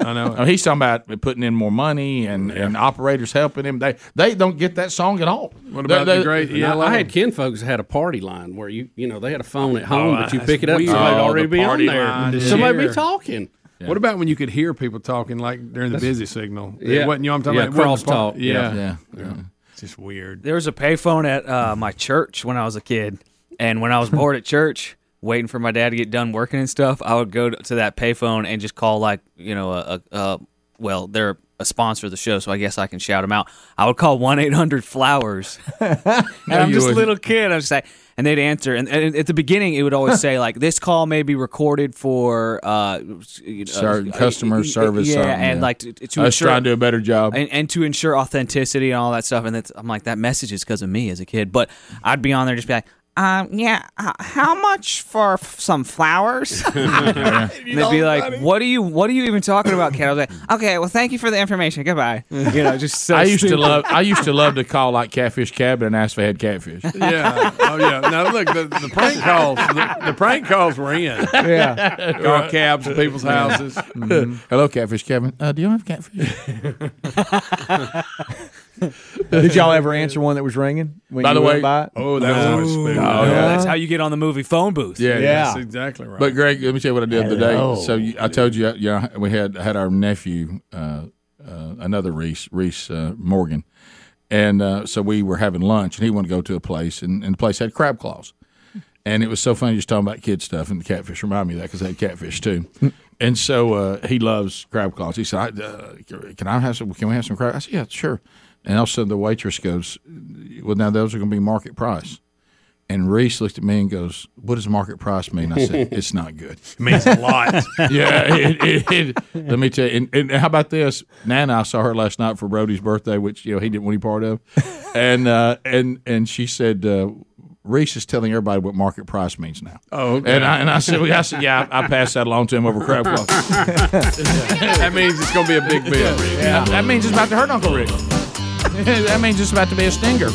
S1: I know. he's talking about putting in more money and, and operators helping him. They they don't get that song at all.
S7: What about
S1: They-
S7: the
S1: they-
S7: great E
S2: And I,
S7: ELO?
S2: I had kin folks that had a party line where you you know they had a phone at home, but you
S7: that's
S2: pick it up,
S7: weird.
S1: Oh,
S2: somebody would already
S1: the
S2: be on
S1: party
S2: there.
S1: line.
S2: Somebody
S7: Yeah.
S2: be talking.
S7: What about when you could hear people talking like during the busy signal?
S2: Yeah.
S7: It wasn't you know what I'm talking
S2: Yeah,
S7: about. It wasn't the
S2: crosstalk.
S7: part- Yeah.
S1: Yeah.
S7: It's just weird.
S6: There was a payphone at uh, my church when I was a kid, and when I was bored at church, waiting for my dad to get done working and stuff, I would go to that payphone and just call like you know a, a, a well they're a sponsor of the show, so I guess I can shout them out. I would call one eight hundred flowers, and I'm
S1: you
S6: just a
S1: wouldn't.
S6: little kid. I'm just like, and they'd answer, and, and at the beginning it would always say like this call may be recorded for uh, you know,
S1: Certain customer service,
S6: yeah,
S1: something,
S6: and
S1: yeah.
S6: like to, to
S1: I was
S6: ensure-
S1: trying to do a better job.
S6: and, and to ensure authenticity and all that stuff. And that's, I'm like, that message is because of me as a kid. But I'd be on there just be like,
S9: um, yeah, uh, how much for f- some flowers?
S6: And they'd be like, "What are you? What are you even talking about, Ken?" I was like,
S9: okay, well, thank you for the information. Goodbye.
S6: you know, just so
S1: I used to
S6: stupid.
S1: love. I used to love to call like Catfish Cabin and ask if they had catfish.
S7: Yeah. Oh yeah. Now look, the, the prank calls, the, the prank calls were in.
S3: Yeah.
S7: Car cabs to people's houses.
S1: Hello, Catfish Cabin. Uh, do you have catfish?
S3: Did y'all ever answer one that was ringing? When
S1: By
S3: you
S1: the
S3: went
S1: way-
S3: by?
S7: Oh, that was spooky.
S6: Oh, that's how you get on the movie phone booth.
S1: Yeah,
S7: That's
S3: Yeah.
S7: exactly right.
S1: But Greg, let me tell you what I did the other day. So you, I told you, yeah, we had had our nephew, uh, uh, another Reese, Reese uh, Morgan, and uh, so we were having lunch, and he wanted to go to a place, and, and the place had crab claws, and it was so funny just talking about kid stuff, and the catfish reminded me of that because I had catfish too, and so uh, he loves crab claws. He said, I, uh, "Can I have some? Can we have some crab?" I said, "Yeah, sure." And also the waitress goes, "Well, now those are going to be market price." And Reese looked at me and goes, "What does market price mean?" I said, "It's not good."
S7: it means a lot.
S1: yeah, it, it, it, let me tell you. And, and how about this? Nana, I saw her last night for Brody's birthday, which you know he didn't want any part of, and uh, and and she said. Uh, Reese is telling everybody what market price means now.
S7: Oh, okay.
S1: and I and I said, well, I said, yeah, I, I passed that along to him over crab claw.
S7: that means it's going to be a big bill.
S1: That- That means it's about to hurt Uncle Rick. that means it's about to be a stinger.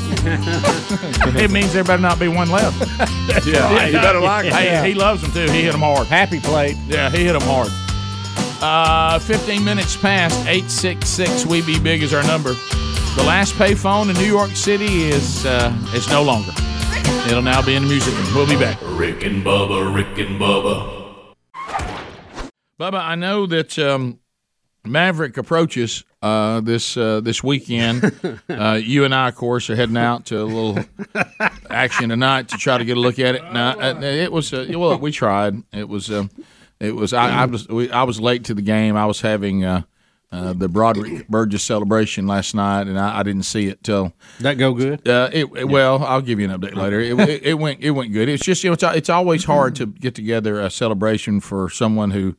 S1: it means there better not be one left.
S7: Yeah. You better like it.
S1: Hey, he loves them too. He hit them hard.
S3: Happy plate.
S1: Yeah, he hit them hard. Uh, 15 minutes past 866 We Be Big is our number. The last payphone in New York City is uh, it's no longer. It'll now be in the music room. We'll be back.
S5: Rick and Bubba, Rick and Bubba,
S1: Bubba, I know that um, Maverick approaches uh, this uh, this weekend. uh, you and I, of course, are heading out to a little action tonight to try to get a look at it. Now, uh, it was uh, well, we tried. It was um, it was I, I was we, I was late to the game. I was having. Uh, uh, the Broderick Burgess celebration last night, and I, I didn't see it till
S2: That go good?
S1: uh, it, it- well, I'll give you an update later. It, it, it went it went good. It's just you know it's, al- it's always hard to get together a celebration for someone who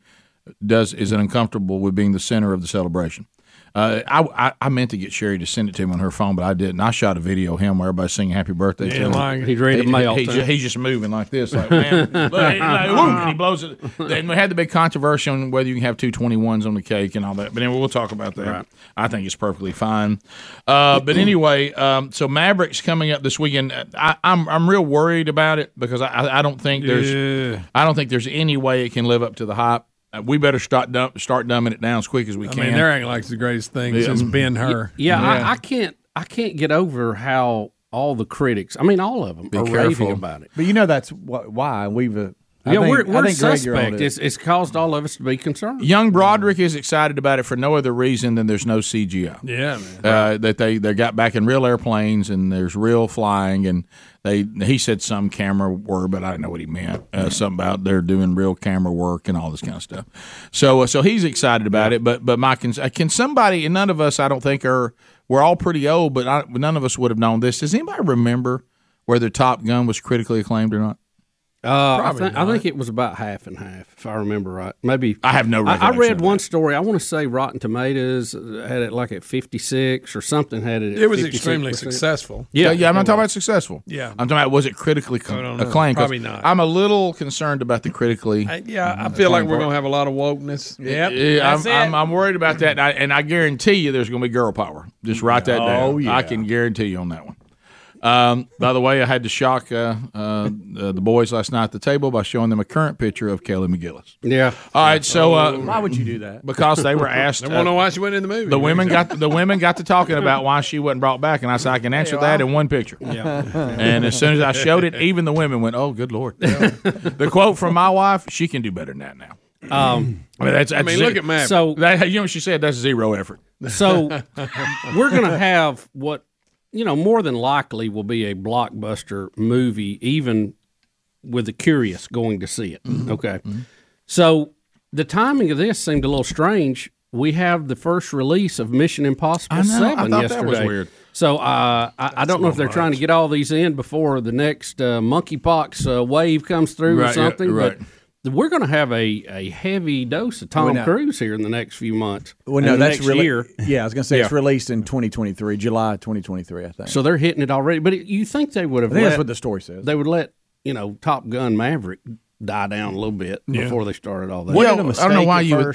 S1: does is uncomfortable with being the center of the celebration. Uh, I, I I meant to get Sherry to send it to him on her phone, but I didn't. I shot a video of him where everybody's singing "Happy Birthday" to him.
S2: He's ready to mail.
S1: He,
S2: too.
S1: he's ju- he's just moving like this, like man. Look, he- like, woo, and he blows it. And we had the big controversy on whether you can have two 21s on the cake and all that. But anyway, we'll talk about that. I think it's perfectly fine. Uh, but anyway, um, so Mavericks coming up this weekend. I, I'm I'm real worried about it because I- I, I don't think there's I don't think there's any way it can live up to the hype. Uh, We better start dump, start dumbing it down as quick as we
S7: I
S1: can.
S7: mean, they're acting like it's the greatest thing since Ben Hur.
S2: Yeah, I, I can't. I can't get over how all the critics. I mean, all of them are
S1: careful.
S2: raving about it.
S3: But you know that's wh- why we've. Uh, I
S2: yeah,
S3: think-
S2: we're,
S3: I
S2: we're
S3: think Greg, you're on
S2: suspect.
S3: to it.
S2: It's, it's caused all of us to be concerned.
S1: Young Broderick is excited about it for no other reason than there's no CGI.
S7: Yeah, man.
S1: uh, that they, they got back in real airplanes and there's real flying and they he said some camera word but I didn't know what he meant uh, something about they're doing real camera work and all this kind of stuff so uh, so he's excited about it but but my can, can somebody and none of us I don't think are we're all pretty old but I, none of us would have known this does anybody remember whether Top Gun was critically acclaimed or not
S2: Uh, I, think, I think it was about half and half, if I remember right. Maybe
S1: I have no
S2: I, I
S1: recollection
S2: read
S1: of
S2: one story. I want to say Rotten Tomatoes uh, had it like at fifty six or something. Had it. At
S7: It was
S2: 56%.
S7: extremely successful.
S1: Yeah,
S2: Yeah,
S1: yeah. I'm not talking about successful.
S7: Yeah.
S1: I'm talking about was it critically co-
S7: don't know.
S1: acclaimed? 'Cause
S7: Probably not.
S1: I'm a little concerned about the critically. uh,
S7: I, yeah, I feel like we're going to have a lot of wokeness.
S1: Yeah, I'm,
S6: That's it.
S1: I'm, I'm worried about that, and I, and I guarantee you there's going to be girl power. Just write that down. I can guarantee you on that one. Um, by the way, I had to shock uh, uh, the the boys last night at the table by showing them a current picture of Kelly McGillis.
S2: Yeah,
S1: All right, so uh,
S3: Why would you do that?
S1: because they were asked,
S7: I want to know
S1: uh,
S7: why she went in the movie.
S1: the women got the women got to talking about why she wasn't brought back, and I said I can answer that in one picture. And as soon as I showed it, even the women went, "Oh, good lord!" the quote from my wife: "She can do better than that now."
S2: Um,
S1: I mean, that's,
S7: I mean, look at Matt.
S2: so
S1: That, you know what she said? That's zero effort.
S2: So we're going to have what you know more than likely will be a blockbuster movie, even with the curious going to see it.
S1: Mm-hmm.
S2: Okay, so the timing of this seemed a little strange. We have the first release of Mission Impossible
S1: I know. I
S2: Seven
S1: thought that
S2: yesterday.
S1: was weird.
S2: So uh, I, I don't know if they're trying to get all these in before the next uh, monkeypox uh, wave comes through
S1: Right, yeah,
S2: or something.
S1: right.
S2: But we're going to have a, a heavy dose of Tom
S3: We're not-
S2: Cruise here in the next few months.
S3: Well, no,
S2: and the
S3: that's
S2: next
S3: really.
S2: year.
S3: Yeah, I was going to say it's
S2: Yeah.
S3: released in 2023, July 2023, I think.
S2: So they're hitting it already. But it, you think they would have?
S3: I think
S2: let,
S3: that's what the story says.
S2: They would let you know Top Gun Maverick die down a little bit
S8: Yeah.
S2: before they started all that.
S8: Well, I don't know why you would-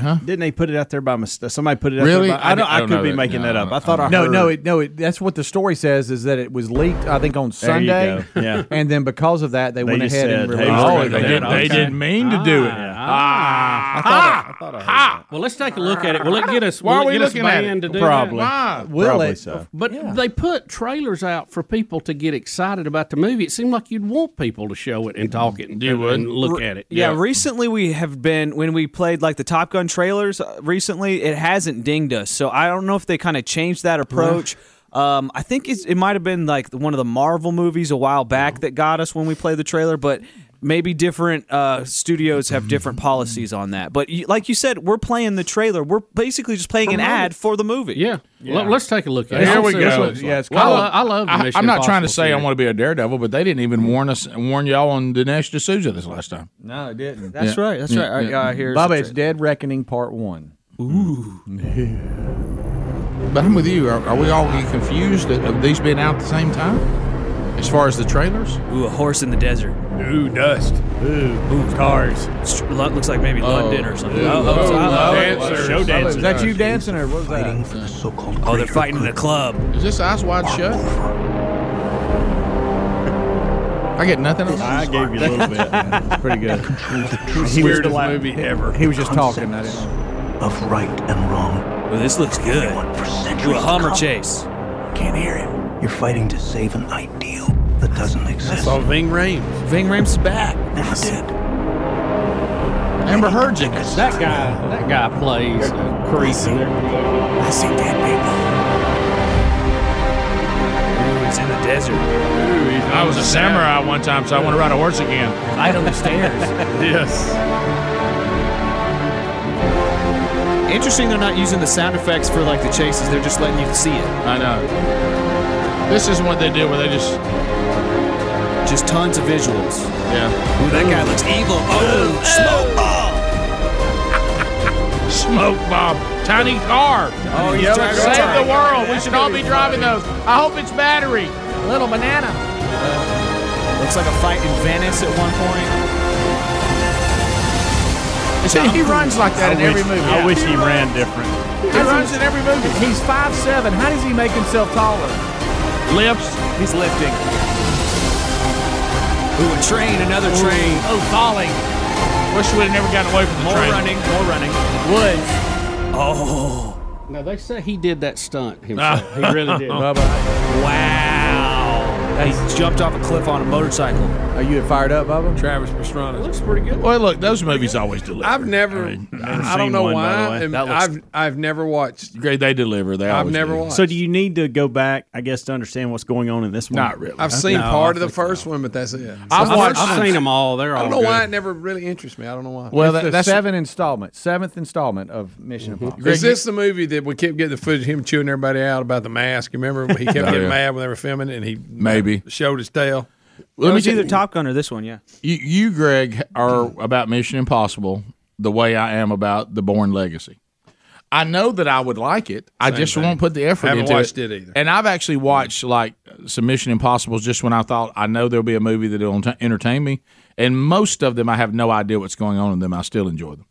S1: huh?
S8: Didn't they put it out there by mistake? Somebody put it out
S3: Really?
S8: there. By, I,
S3: I
S8: don't,
S3: di-
S8: I,
S3: I don't
S8: could
S3: know
S8: be
S3: that.
S8: making
S3: No,
S8: that up. I thought I
S3: no,
S8: heard.
S3: no, it, no. It, that's what the story says is that it was leaked. I think on
S8: There you
S3: Sunday.
S8: go. Yeah.
S3: and then because of that, they,
S8: They
S3: went
S8: just
S3: ahead and
S8: said, hey,
S3: released.
S8: we're
S3: it.
S8: gonna do it.
S3: Okay.
S8: They didn't
S1: mean to do it.
S2: Ah,
S1: Oh, ah,
S2: Well, let's take a look at it. Will it get us?
S1: Why
S2: will
S1: are we
S2: it get us
S1: looking at
S2: banned
S1: it?
S2: To do
S1: Probably.
S2: That?
S1: Why?
S2: Will
S1: Probably
S2: it?
S1: so.
S2: But they put trailers out for people to get excited about the movie. It seemed like you'd want people to show it and talk it and, and, and look at it.
S6: Yeah, recently we have been when we played like the Top Gun trailers. uh, Recently, it hasn't dinged us, so I don't know if they kind of changed that approach. Um, I think it's, it might have been like one of the Marvel movies a while back that got us when we played the trailer, but maybe different uh, studios
S2: Mm-hmm.
S6: have different policies on that. But you, like you said, we're playing the trailer. We're basically just playing an
S2: Promote
S6: ad
S2: it.
S6: for the movie.
S2: Yeah, Let, us take a look at it.
S1: Here
S2: Let's
S1: we
S2: see what it
S1: go.
S2: looks like.
S1: Well,
S2: I, lo- I love. The Mission
S1: I'm not trying to
S2: Impossible
S1: say I
S2: series.
S1: want to be a daredevil, but they didn't even warn us, warn y'all on Dinesh D'Souza this last time.
S3: No, it didn't.
S6: That's
S1: Yeah.
S6: right. That's
S1: Yeah,
S6: right. All right,
S1: yeah.
S6: uh, here's the
S3: Bubba,
S6: tra-
S3: it's Dead Reckoning Part One.
S1: Ooh. but I'm with you. Are, are we all getting confused of- of these being out at the same time? As far as the trailers?
S6: Ooh, a horse in the desert.
S7: Ooh, dust.
S6: Ooh, ooh, cars. Looks like maybe London or something. Oh, oh, oh, oh, show dancers.
S3: Is that you dancing or what was that?
S6: Oh, they're fighting in the club.
S1: Is this eyes wide shut? I get nothing else.
S8: I gave you a little bit.
S3: That's pretty good.
S7: Weirdest movie ever.
S3: He was just talking. I didn't.
S10: of right and wrong.
S6: Well, this looks good.
S10: What for
S6: Do
S10: centuries
S6: a Hummer
S10: to come.
S6: chase.
S10: Can't hear him. You're fighting to save an ideal that doesn't exist.
S7: Saw Ving Rhames.
S6: Ving Rhames is back.
S10: Never did.
S1: Amber Heard's in this.
S2: That guy, that guy plays a creep in there.
S10: I see dead
S6: Ooh, he's in the desert.
S1: I was a samurai one time, so I want to ride a horse again.
S6: Fight on the stairs.
S7: Yes.
S6: Interesting, they're not using the sound effects for like the chases. They're just letting you see it.
S1: I know. This is what they did where they just,
S6: Just tons of visuals.
S1: yeah.
S6: Ooh, that guy looks evil. Oh, smoke bomb.
S1: Smoke bomb. Tiny car.
S6: Oh, he's driving a
S1: Save
S6: truck.
S1: the world. We should all be driving those. I hope it's battery. Little banana.
S6: Looks like a fight in Venice at one point.
S1: See, he runs like that in every movie.
S8: I wish he ran different.
S1: He runs in every movie.
S3: He's five seven. How does he make himself taller?
S1: Lifts.
S6: He's lifting. Ooh, a train, another train.
S1: Oh, falling. Wish we'd have never gotten away from the
S6: More
S1: train.
S6: running, more running.
S3: Woods.
S6: Oh,
S2: Now they say he did that stunt himself. he really did.
S3: Bubba,
S6: wow. He jumped off a cliff on a motorcycle.
S3: are you fired up, Bubba?
S7: Travis Pastrana.
S2: Looks pretty good.
S1: Well, look, those movies always deliver.
S7: I've never. I, don't
S8: seen
S7: know
S8: one, by the
S7: why.
S8: way.
S7: and
S6: That looks-
S7: I've I've never watched.
S1: Great, they deliver. They
S7: I've
S1: always
S7: never
S1: do.
S7: watched.
S8: So do you need to go back, I guess, to understand what's going on in this one?
S1: Not really.
S7: I've seen part of the first one, but that's it. I
S2: I've, watched, I've seen them all. They're all
S7: don't know
S2: good.
S7: why it never really interests me. I don't know why.
S1: Well,
S3: It's
S1: that-
S3: the
S1: that's
S3: seven installment, seventh installment of Mission Impossible.
S7: Is this the movie that we kept getting the footage of him chewing everybody out about the mask? You remember he kept getting
S1: yeah.
S7: mad when they were filming it, and he
S1: Maybe.
S7: showed his tail.
S1: Let me
S6: it's either
S1: tell
S6: Top Gun or this one, yeah.
S1: you, you, Greg, are about Mission Impossible the way I am about The Born Legacy. I know that I would like it. I just won't put the effort
S7: Haven't
S1: into
S7: watched
S1: it.
S7: it either.
S1: And I've actually watched like some Mission Impossibles just when I thought I know there'll be a movie that'll ent- entertain me. And most of them, I have no idea what's going on in them. I still enjoy them.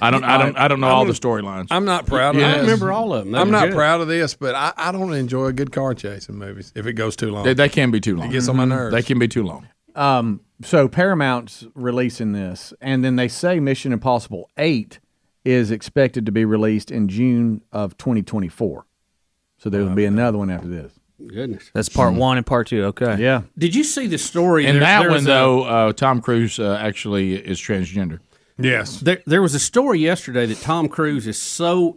S1: I don't. I don't. I don't know all the storylines.
S7: I'm not proud of
S1: Yeah.
S7: this.
S1: I
S2: I remember all of them. They
S7: I'm
S2: were
S7: not
S2: good.
S7: proud of this, but I, I don't enjoy a good car chase in movies if it goes too long.
S1: They, they can be too long.
S7: it gets on my nerves.
S1: They can be too long.
S3: Um, so Paramount's releasing this, and then they say Mission Impossible Eight is expected to be released in June of 2024. So there will be another one after this.
S2: Goodness.
S6: That's part
S1: Hmm.
S6: one and part two. Okay.
S3: Yeah,
S2: Did you see the story?
S1: In
S2: There-
S1: that
S2: there
S1: one,
S2: was a-
S1: though, uh, Tom Cruise uh, actually is transgender.
S7: yes.
S2: There, there was a story yesterday that Tom Cruise is so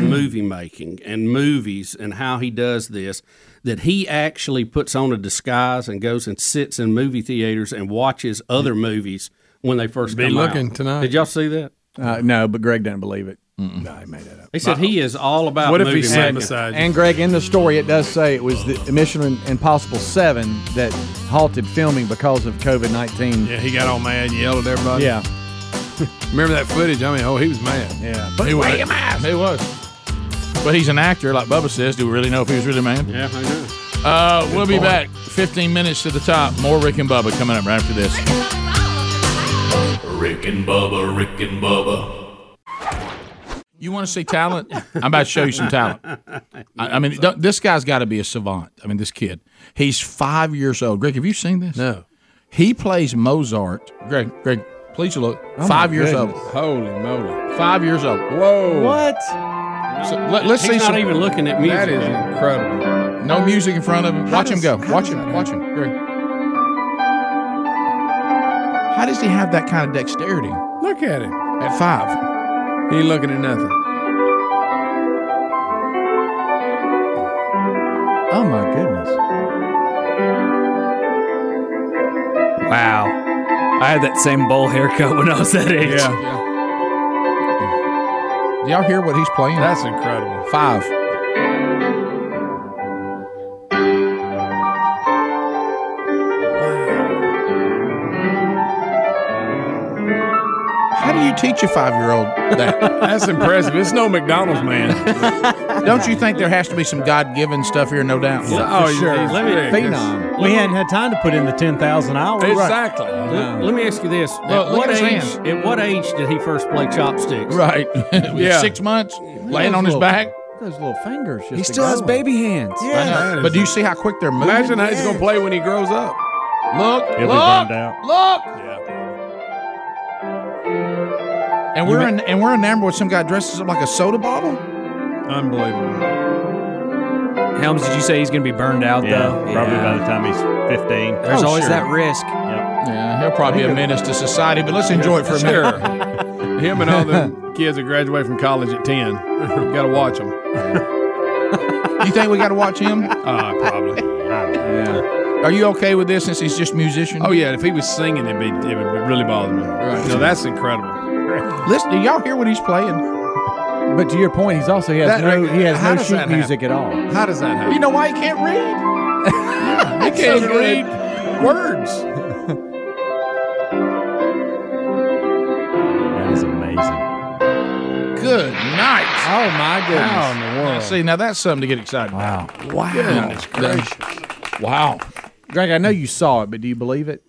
S2: movie making and movies and how he does this that he actually puts on a disguise and goes and sits in movie theaters and watches other movies when they first
S7: Mm. Be
S2: come
S7: looking
S2: out.
S7: tonight.
S2: Did y'all see that?
S3: uh, no, but Greg doesn't believe it.
S7: No, he made that up.
S2: He said he is all about. moving
S3: and,
S2: records.
S3: and Greg, in the story, it does say it was the Mission Impossible 7 that halted filming because of COVID 19.
S7: Yeah, he got all mad and yelled at everybody.
S3: Yeah.
S7: Remember that footage? I mean, oh, he was mad.
S3: Yeah.
S1: He was. He was. But he's an actor, like Bubba says. Do we really know if he was really mad?
S2: Yeah, I do.
S1: Uh,
S2: Good
S1: we'll be
S2: point.
S1: back. 15 minutes to the top. More Rick and Bubba coming up right after this.
S5: Rick and Bubba, Rick and Bubba.
S1: You want to see talent? I'm about to show you some talent. I, I mean, don't- this guy's got to be a savant. I mean, this kid. He's five years old. Greg, have you seen this? No. He plays Mozart. Greg, Greg, please look.
S7: Five
S1: Five years old.
S7: Holy moly.
S1: Five years old.
S7: Whoa.
S1: What? So, let, us
S7: He's
S1: see
S7: not
S1: some.
S7: even looking at music. That is incredible.
S1: No music in front of him. Watch him go. Watch him. Watch him. Greg. How does he have that kind of dexterity
S7: Look at him.
S1: at five?
S7: He ain't looking at nothing.
S3: Oh, my goodness.
S6: Wow. I had that same bowl haircut when I was that age.
S7: Yeah.
S1: Do y'all hear what he's playing?
S7: That's incredible.
S1: Five. How do you teach a five year old that?
S7: That's impressive. It's no McDonald's man.
S1: Don't you think there has to be some God given stuff here, no doubt?
S7: oh, sure.
S2: Let me-
S3: Phenom.
S8: We hadn't had time to put in the 10,000 hours.
S7: Exactly.
S2: Let, let me ask you this:
S1: Look-
S2: at
S1: look
S2: what
S1: at
S2: age?
S1: his
S2: At what age did he first play chopsticks?
S1: Right.
S7: Yeah.
S1: Six months, laying
S3: Those
S1: on his
S3: little-
S1: back.
S3: Those little fingers. Just
S6: He still has
S3: growing.
S6: baby hands.
S1: I know.
S7: that is-
S1: But do you see how quick they're moving?
S7: Imagine how he's going to play when he grows up.
S1: Look,
S8: He'll be
S1: look,
S8: burned out.
S1: look. And we're in, and we're enamored with some guy dresses up like a soda bottle.
S7: Unbelievable.
S6: Helms, did you say he's going to be burned out, though? Yeah.
S8: the time he's 15.
S3: Oh,
S6: There's always that risk.
S1: Yeah, he'll probably be a menace to society, but let's enjoy it for a minute.
S7: Sure. Him and all the kids that graduate from college at 10. Got to watch them.
S1: You think we got to watch him?
S7: Uh, probably. yeah.
S1: Are you okay with this since he's just musician?
S7: Oh, yeah. If he was singing, it'd be, it would really bother me.
S1: Right.
S7: No, that's incredible.
S1: Listen, do y'all hear what he's playing?
S3: But to your point, he's also he has
S7: That-
S3: no he has
S7: how
S3: no
S7: does
S3: sheet
S7: that happen?
S3: music at all.
S7: How does that happen?
S1: You know why he can't read?
S7: I can't even read words.
S8: That is amazing.
S1: Good night.
S3: Oh my goodness!
S7: How in the world?
S1: See, now that's something to get excited about.
S3: Wow,
S7: Wow. Goodness gracious.
S1: Wow.
S3: Greg, I know you saw it, but do you believe it?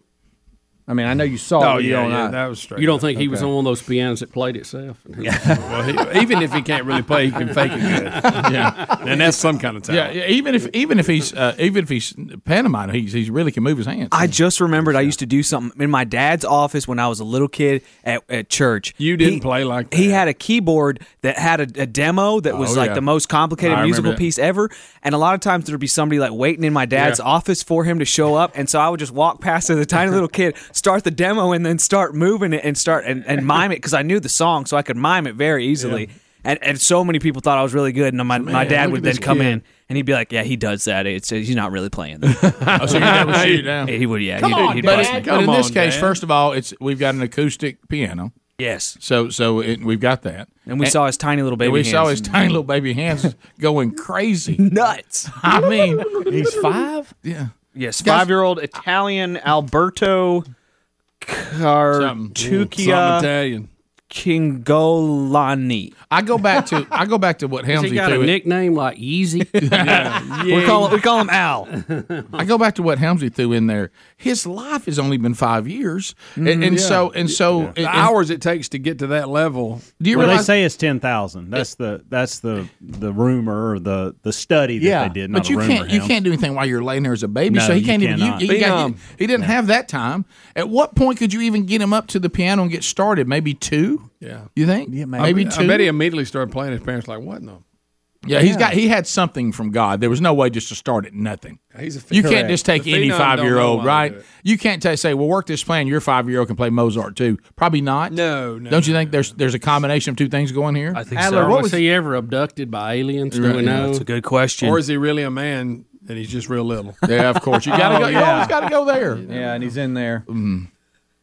S3: I mean, I know you saw it.
S7: Oh,
S3: but you
S7: yeah,
S3: don't
S7: yeah.
S3: know.
S7: That was straight.
S2: You don't think he was on one of those pianos that played itself?
S7: Well, he, even if he can't really play, he can fake it good. Yeah, and that's some kind of
S1: Yeah,
S7: talent.
S1: yeah, even if even if he's uh, even if he's pantomime, he's he really can move his hands.
S6: I just remembered I used to do something in my dad's office when I was a little kid at, at church.
S7: You didn't play like
S6: He
S7: that.
S6: had a keyboard that had a, a demo that was
S1: Oh,
S6: like
S1: yeah.
S6: the most complicated
S1: I remember
S6: musical
S1: that.
S6: piece ever. And a lot of times there'd be somebody like waiting in my dad's
S7: Yeah.
S6: office for him to show up. And so I would just walk past as a tiny little kid, start the demo, and then start moving it and start and, and mime it because I knew the song, so I could mime it very easily. And, and so many people thought I was really good, and my, my dad
S1: look
S6: would
S1: at
S6: then
S1: this
S6: come
S1: kid.
S6: in and he'd be like, "Yeah, he does that. It's he's not really playing." That.
S1: Oh, so your dad would shoot you down.
S6: he would, yeah.
S1: Come
S6: he'd,
S1: on,
S6: he'd
S1: but,
S6: bust me.
S1: it- but in
S7: Come
S1: this
S7: on,
S1: case,
S7: Dad.
S1: first of all, it's we've got an acoustic piano,
S6: Yes.
S1: so so it, we've got that,
S6: And we saw his tiny little baby.
S1: and we saw his
S6: hands.
S1: tiny little baby hands going crazy.
S6: nuts.
S1: I mean,
S3: He's five.
S1: yeah,
S6: Yes, five-year-old Italian Alberto
S7: Some
S6: Cartuccia
S7: Italian.
S6: Kingolani.
S1: I go back to I go back to what
S2: Has he
S1: Helmsy
S2: got a
S1: threw. It.
S2: nickname like Yeezy?
S6: We call we call him Al.
S1: I go back to what Helmsy threw in there. His life has only been five years, and, and so and so and-
S7: The
S1: and-
S7: hours it takes to get to that level.
S1: do you
S8: Well, they
S1: realize?
S8: say it's ten thousand. That's the that's the the rumor or the the study that
S3: Yeah,
S8: they did. Not
S1: but
S8: a
S1: you
S8: rumor,
S1: can't you
S8: Helms.
S1: can't do anything while you're laying there as a baby,
S8: No,
S1: so he
S8: you
S1: can't even.
S8: cannot.
S1: You, he, got-
S7: Phenom.
S1: he didn't have that time. At what point could you even get him up to the piano and get started? Maybe two.
S7: Yeah.
S1: You think?
S3: Yeah, maybe.
S1: maybe
S7: I,
S1: two.
S7: I bet he immediately started playing. His parents were like, what? No,
S1: Yeah, he's got he had something from God. There was no way just to start at nothing.
S7: he's a. Phenom.
S1: You can't just take
S7: The
S1: any
S7: phenom don't
S1: five year
S7: know
S1: old,
S7: why they
S1: right?
S7: do it.
S1: You can't ta say, "Well, work this plan." Your five year old can play Mozart too. Probably not.
S7: No, no,
S1: Don't you think there's there's a combination of two things going here?
S6: think
S2: Adler, what was he ever abducted by aliens? Do we know?
S6: That's a good question.
S7: Or is he really a man and he's just real little?
S1: yeah, of course. You
S7: Oh,
S1: gotta go. You always gotta go there.
S3: Yeah, and he's in there.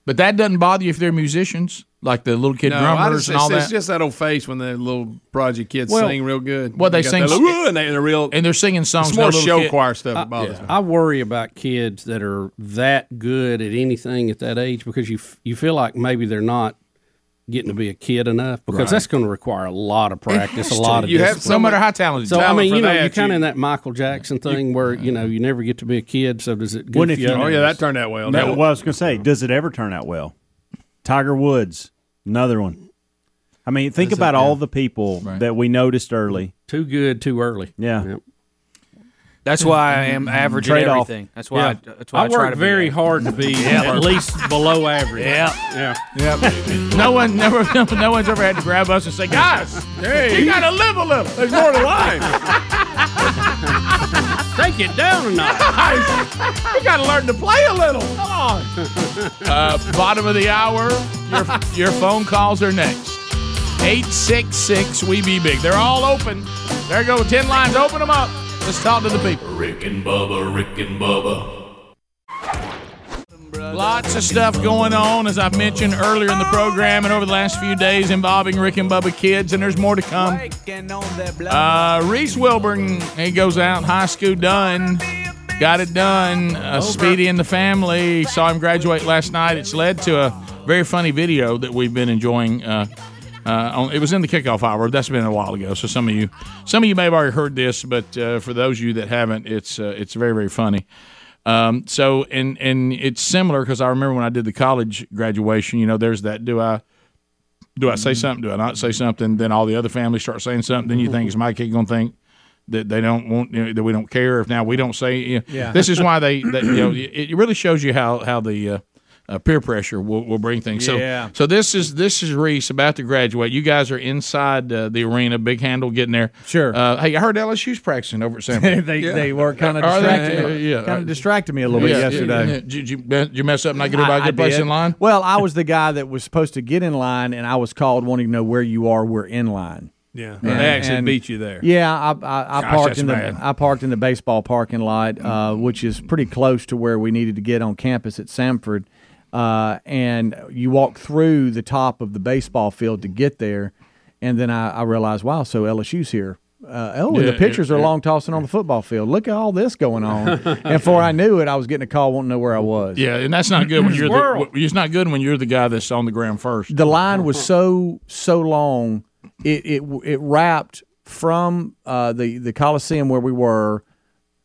S1: But that doesn't bother you if they're musicians. like the little kid
S7: no, I
S1: drummers
S7: just-
S1: and all
S7: it's,
S1: that?
S7: It's just that old face when the little project kids
S1: Well,
S7: sing real good.
S1: well, they
S7: got
S1: sing-
S7: that little, "Woo," and they, are real,
S1: and they're singing songs.
S7: It's more show choir stuff.
S2: I,
S7: that bothers
S2: yeah. I worry about kids that are that good at anything at that age because you f- you feel like maybe they're not getting to be a kid enough because
S1: Right.
S2: that's going to require a lot of practice,
S1: has
S2: a lot
S1: to.
S2: of
S1: You have
S2: discipline.
S1: so No matter how talented
S2: So
S1: you are.
S2: I mean,
S1: For
S2: you know,
S1: that,
S2: you're kind
S1: you-
S2: of in that Michael Jackson thing where you know you never get to be a kid. So does it?
S8: Wouldn't
S2: Goof
S8: if
S2: you
S8: you-
S2: up?
S8: Oh, yeah, that turned
S7: out well.
S8: No, well, I was going to say, does it ever turn out well? Tiger Woods, another one. I mean, think
S2: That's it,
S8: about
S2: yeah.
S8: all the people that we noticed early.
S2: Too good, too early.
S8: Yeah.
S6: That's why I am average at
S8: Trade-off.
S6: everything. That's why.
S8: Yeah.
S6: I, that's why I,
S8: I
S6: try
S8: work
S6: to
S8: very
S6: be
S2: hard to be at least below average.
S1: Yeah.
S2: Yeah.
S1: Yeah. no one never no one's ever had to grab us and say, guys,
S7: Hey.
S1: you gotta live a little.
S7: There's more to life.
S2: Take it down a
S1: notch. you gotta learn to play a little. Come on. Uh, bottom of the hour. Your, your phone calls are next. 866 We Be Big. They're all open. There go 10 lines. Open them up. Let's talk to the people.
S5: Rick and Bubba, Rick and Bubba.
S1: Lots of stuff going on, as I've mentioned earlier in the program and over the last few days involving Rick and Bubba kids, and there's more to come. Uh, Reese Wilburn, he goes out, high school done. Got it done. Uh, Speedy and the family saw him graduate last night. It's led to a very funny video that we've been enjoying. Uh, uh, on, it was in the kickoff hour. That's been a while ago. So some of you, some of you may have already heard this, but uh, for those of you that haven't, it's uh, it's very very funny. Um, so and and it's similar because I remember when I did the college graduation. You know, there's that. Do I do I
S7: Mm-hmm.
S1: say something? Do I not say something? Then all the other families start saying something. Then
S7: Mm-hmm.
S1: you think is my kid going to think that they don't want you know, that we don't care if now we don't say. You know.
S7: Yeah.
S1: This is why they that, you know it it really shows you how how the uh, uh, peer pressure will, will bring things. So
S7: Yeah.
S1: so this is this is Reese about to graduate. You guys are inside uh, the arena, big handle getting there. Sure. Uh, hey, I heard LSU's practicing over at Sanford.
S3: they they were kind of
S1: Are they?
S3: distracted.
S1: Yeah.
S3: kind of distracted me a little bit yesterday.
S1: yeah. Did, you, did you mess up and not get everybody a
S3: I- I
S1: good place
S3: did.
S1: in line?
S3: Well, I was the guy that was supposed to get in line, and I was called wanting to know where you are. We're in line.
S7: Yeah.
S3: And-
S7: they actually
S3: and-
S7: beat you there.
S3: Yeah, I, I, I
S7: Gosh,
S3: parked
S7: that's
S3: in the
S7: bad. Mm-hmm.
S3: I parked in the baseball parking lot, uh, which is pretty close to where we needed to get on campus at Samford. Uh, and you walk through the top of the baseball field to get there, and then I, I realized, wow, so LSU's here. Uh, oh, and
S7: Yeah,
S3: the pitchers
S7: yeah,
S3: are
S7: yeah.
S3: long tossing on the football field. Look at all this going on. and before I knew it, I was getting a call wanting to know where I was.
S1: Yeah, and that's not good when you're the, it's not good when you're the guy that's on the ground first.
S3: the line was so so long it it it wrapped from uh, the the coliseum where we were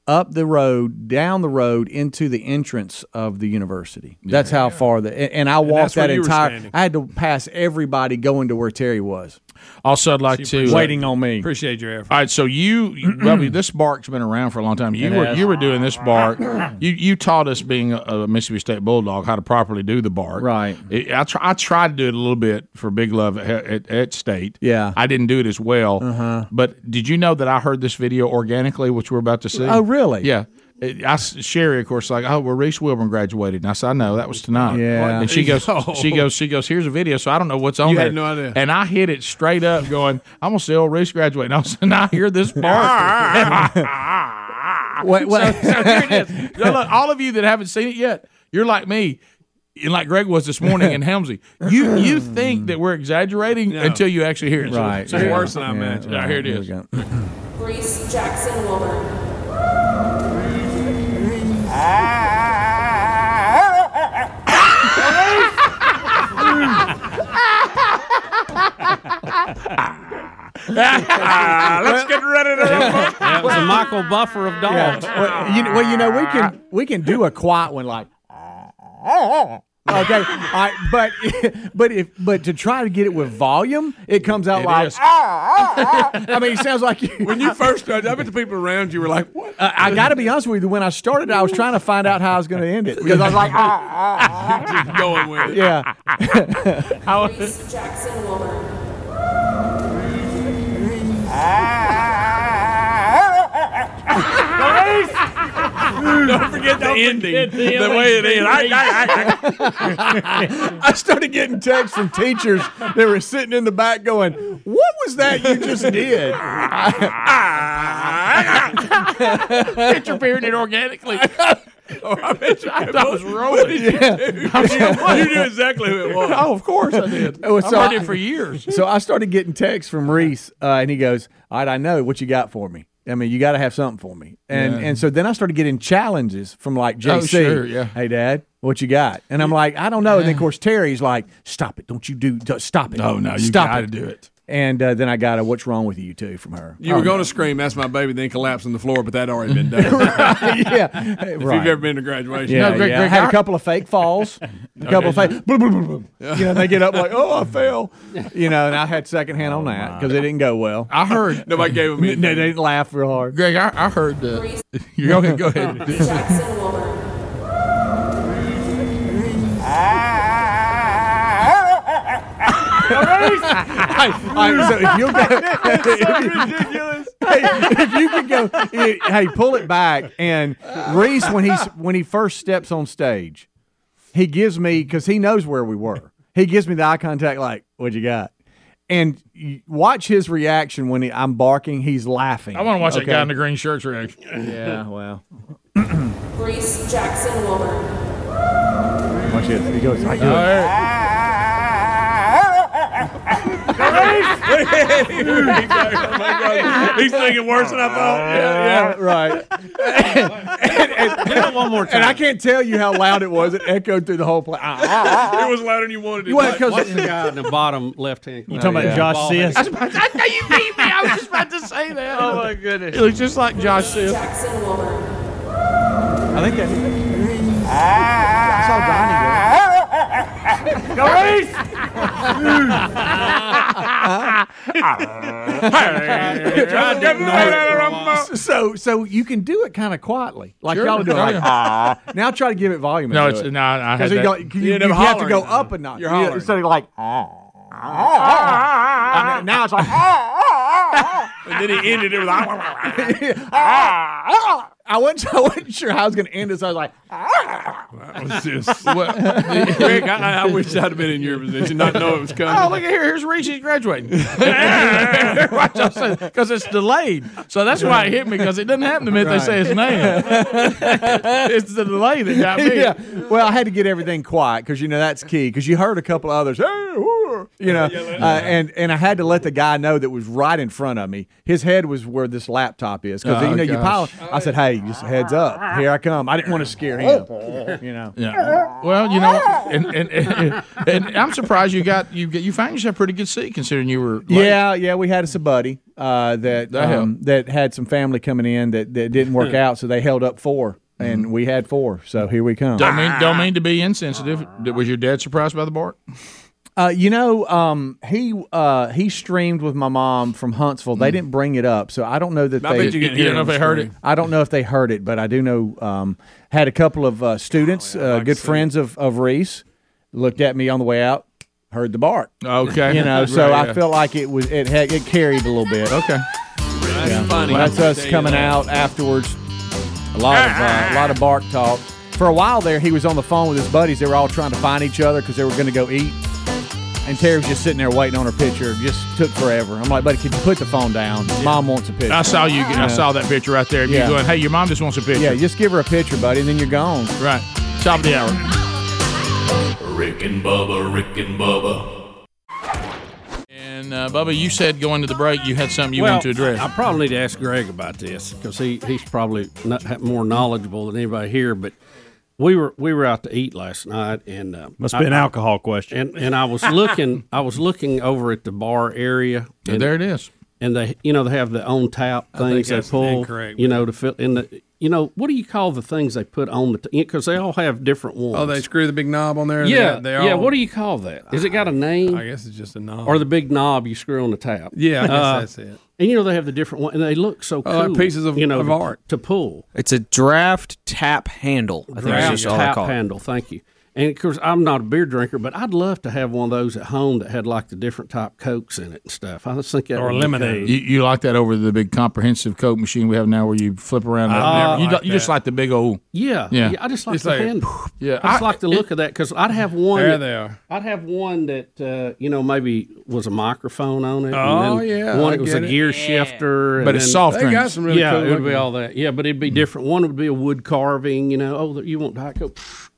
S3: up the road down the road into the entrance of the university that's how far the and, and i
S7: that's
S3: walked
S7: where
S3: that
S7: you were
S3: entire
S7: standing.
S3: i had to pass everybody going to where terry was
S1: Also, I'd like to
S3: waiting on me
S7: Appreciate your effort.
S1: All right, so you, Bubby, this bark's been around for a long time. You
S3: It
S1: were
S3: has.
S1: you were doing this bark. You you taught us being a, a Mississippi State Bulldog how to properly do the bark.
S3: Right.
S1: It, I try, I tried to do it a little bit for Big Love at, at, at State.
S3: Yeah.
S1: I didn't do it as well.
S3: Uh-huh.
S1: But did you know that I heard this video organically, which we're about to see?
S3: Oh, really?
S1: Yeah. It- I s- Sherry, of course, like, oh, well, Reese Wilburn graduated, and I said, I know that was tonight.
S3: Yeah.
S1: and she goes,
S7: Yo.
S1: she goes, she goes. Here's a video, so I don't know what's on
S7: You
S1: there.
S7: had no idea.
S1: And I hit it straight up, going, I'm gonna see old Reese graduate, and all of a sudden I hear this bark.
S3: Wait, wait.
S1: So, so here it is. Now, look, all of you that haven't seen it yet, you're like me. And like Greg was this morning in Helmsley, you you think that we're exaggerating until you actually hear it. So-
S3: Right,
S1: so here-
S7: Worse than I imagined.
S1: Yeah, here it
S3: Here
S1: is.
S3: we go.
S11: Reese Jackson Wilburn.
S1: let's get ready to
S2: That was a Michael Buffer of
S3: Yeah.
S2: dogs.
S3: Well, you, well, you know, we can we can do a quiet one like. Okay, all right, but but if but to try to get it with volume, it comes out
S1: It
S3: like.
S1: is.
S3: I mean, it sounds like you.
S7: When you first started, I bet the people around you were like, what?
S3: I- I got to be honest with you. When I started, I was trying to find out how I was going to end it because I was like, ah,
S7: Just going with it.
S3: yeah,
S11: Reese Jackson Wilburn.
S7: Don't forget the ending. the way it is. I, I, I,
S3: I started getting texts from teachers that were sitting in the back going, "What was that you just did?"
S1: You're preparing it organically. Oh, I bet you I was rolling.
S3: Yeah.
S1: You, knew exactly who it was.
S3: Oh, of course I
S1: did.
S3: Oh,
S1: I've heard it for years.
S3: So I started getting texts from Reese, uh, and he goes, "All right, I know what you got for me. I mean, you got to have something for me." And
S1: Yeah.
S3: and so then I started getting challenges from like JC.
S1: Oh, sure, yeah.
S3: Hey, Dad, what you got? And I'm like, I don't know. And then of course Terry's like, "Stop it! Don't you do? do- Stop it!
S1: Oh, No, no, you
S3: stop
S1: gotta do it.
S3: And uh, then I got a "What's wrong with you?" too from her.
S7: You were
S2: Oh,
S7: going to scream, "That's my baby!" Then collapse on the floor, but that already been done.
S3: yeah,
S7: if
S3: right.
S7: you've ever been to graduation,
S3: Yeah, yeah. I had a couple of fake falls, a couple of fake. Boom, boom, boom, boom. You know, they get up like, "Oh, I fell," you know, and I had secondhand
S1: Oh,
S3: on that because it didn't go well.
S1: I heard
S7: nobody gave him.
S3: They didn't laugh real hard.
S1: Greg, I, I heard that. go ahead. Go ahead.
S11: Jackson Willard.
S3: Hey, all right, so if you go, Hey, if you could go, hey, hey, pull it back. And Reese, when he's when he first steps on stage, he gives me because he knows where we were. He gives me the eye contact, like, "What you got?" And you- watch his reaction when he, I'm barking. He's laughing.
S1: I want to watch that
S3: Okay?
S1: guy in the green shirt's reaction.
S3: Yeah, well.
S11: Reese Jackson Willard.
S3: Watch it. He goes like,
S7: "Oh He's thinking worse than I thought.
S3: yeah, right. one more time. And I can't tell you how loud it was. It echoed through the whole place.
S7: It was louder than you wanted.
S3: You went- 'cause-
S2: What's the guy in the bottom left hand corner?
S3: You talking about
S2: Yeah.
S3: Josh
S2: Ball
S3: Sis?
S2: head.
S1: I know you beat me. I was just about to say that. Oh my goodness! It looks just like Josh Smith.
S11: Jackson Willard.
S3: I think that. So, so you can do it kind of quietly, like
S1: Sure.
S3: y'all are doing.
S1: Oh,
S3: Like,
S1: yeah.
S3: ah. Now try to give it volume.
S1: No,
S3: into
S1: it's
S3: it.
S1: no. I had
S3: 'Cause you, go-
S1: that.
S3: you, you have to go up a notch.
S7: You're
S3: Yeah,
S7: hollering.
S3: Instead of like, ah. And now it's like, ah,
S7: And then he ended it with. "Ah."
S3: ah. I wasn't, I wasn't sure how I was going to end this. I was like,
S7: That was just.
S1: Well,
S7: Rick, I, I wish I'd have been in your position, not know it was
S1: Oh,
S7: coming.
S1: look at here. Here's Reese. He's graduating. Because it's delayed. So that's why it hit me, because it doesn't happen to me if they say his name. it's the delay that got me.
S3: yeah. Well, I had to get everything quiet because you know that's key. Because you heard a couple of others, hey, whoo," you know, uh, and and I had to let the guy know that was right in front of me. His head was where this laptop is because
S1: Oh,
S3: you know you pile.
S1: gosh.
S3: I said, hey, just heads up, here I come. I didn't want to scare
S1: Oh,
S3: him. You know,
S1: Yeah. Well, you know, and, and, and, and I'm surprised you got you get you found yourself a pretty good seat considering you were. late.
S3: yeah, yeah. We had us a buddy uh, that
S1: That
S3: um, that had some family coming in that that didn't work out, so they held up four, and we had four. So here we come.
S1: Don't mean don't mean to be insensitive. Was your dad surprised by the bark?
S3: Uh, you know, um, he uh, he streamed with my mom from Huntsville. They didn't bring it up, so I don't know that
S7: I
S3: they.
S7: bet you can
S1: you
S7: hear
S1: don't know
S7: him
S1: if they heard
S7: scream.
S3: I don't know if they heard it, but I do know um, had a couple of uh, students, uh, good friends of, of Reese, looked at me on the way out, heard the bark.
S1: Okay.
S3: You know, so
S1: Right,
S3: I
S1: yeah.
S3: felt like it was it had, it carried a little bit.
S1: Okay.
S7: That's funny.
S3: Well, that's us coming out afterwards. A lot of uh, a lot of bark talk. For a while there, he was on the phone with his buddies. They were all trying to find each other because they were going to go eat. And Terry was just sitting there waiting on her picture. It just took forever. I'm like, buddy, could you put the phone down? Mom wants a picture.
S1: I saw you. I saw that picture right there. You
S3: Yeah.
S1: going? Hey, your mom just wants a picture.
S3: yeah, just give her a picture, buddy, and then you're gone.
S1: Right. Top of the hour.
S5: Rick and Bubba, Rick and Bubba.
S1: And uh, Bubba, you said going to the break you had something you
S2: Well,
S1: wanted to address.
S2: I probably need to ask Greg about this because he, he's probably not ha- more knowledgeable than anybody here. But we were we were out to eat last night, and uh,
S8: Must
S2: I-
S8: be an alcohol question.
S2: and and I was looking I was looking over at the bar area. And,
S1: there it is.
S2: and they you know they have the on tap things they
S8: that's
S2: pull.
S8: incorrect.
S2: You know to fill in the you know what do you call the things they put on the because they all have different ones.
S7: Oh, they screw the big knob on there. and
S2: yeah
S7: they,
S2: yeah. What do you call that? Has it got a name
S7: I guess it's just a knob.
S2: or the big knob you screw on the tap?
S7: yeah, I guess
S2: Uh,
S7: that's it.
S2: And you know they have the different one, and they look so cool.
S7: Oh, like pieces of-
S2: you know
S7: of
S2: to-
S7: art.
S2: to pull.
S6: It's a draft tap handle. I think
S2: Draft
S6: that's just all I
S2: tap
S6: call it.
S2: handle. Thank you. And of course, I'm not a beer drinker, but I'd love to have one of those at home that had like the different type cokes in it and stuff. I just think that would be cool.
S1: You, you like that over the big comprehensive Coke machine we have now, where you flip around. and
S2: Ah, I
S1: you,
S2: like
S1: don't- you just
S2: that.
S1: like the big old.
S2: Yeah, yeah, I just like
S1: It's
S2: the handle.
S1: Yeah,
S2: I just
S1: I-
S2: like the look of that because I'd have one.
S1: There
S2: that-
S1: they are.
S2: I'd have one that uh, you know maybe was a microphone on it. and
S7: Oh,
S2: then
S7: yeah,
S2: one
S7: I
S2: that was a
S7: get it.
S2: gear shifter.
S1: But
S2: and
S1: it's
S2: then-
S1: soft They got drinks. some really
S2: yeah,
S1: cool
S2: it would be
S1: looking-
S2: all that. Yeah, but it'd be different. One would be a wood carving. You know, oh, you want Diet Coke?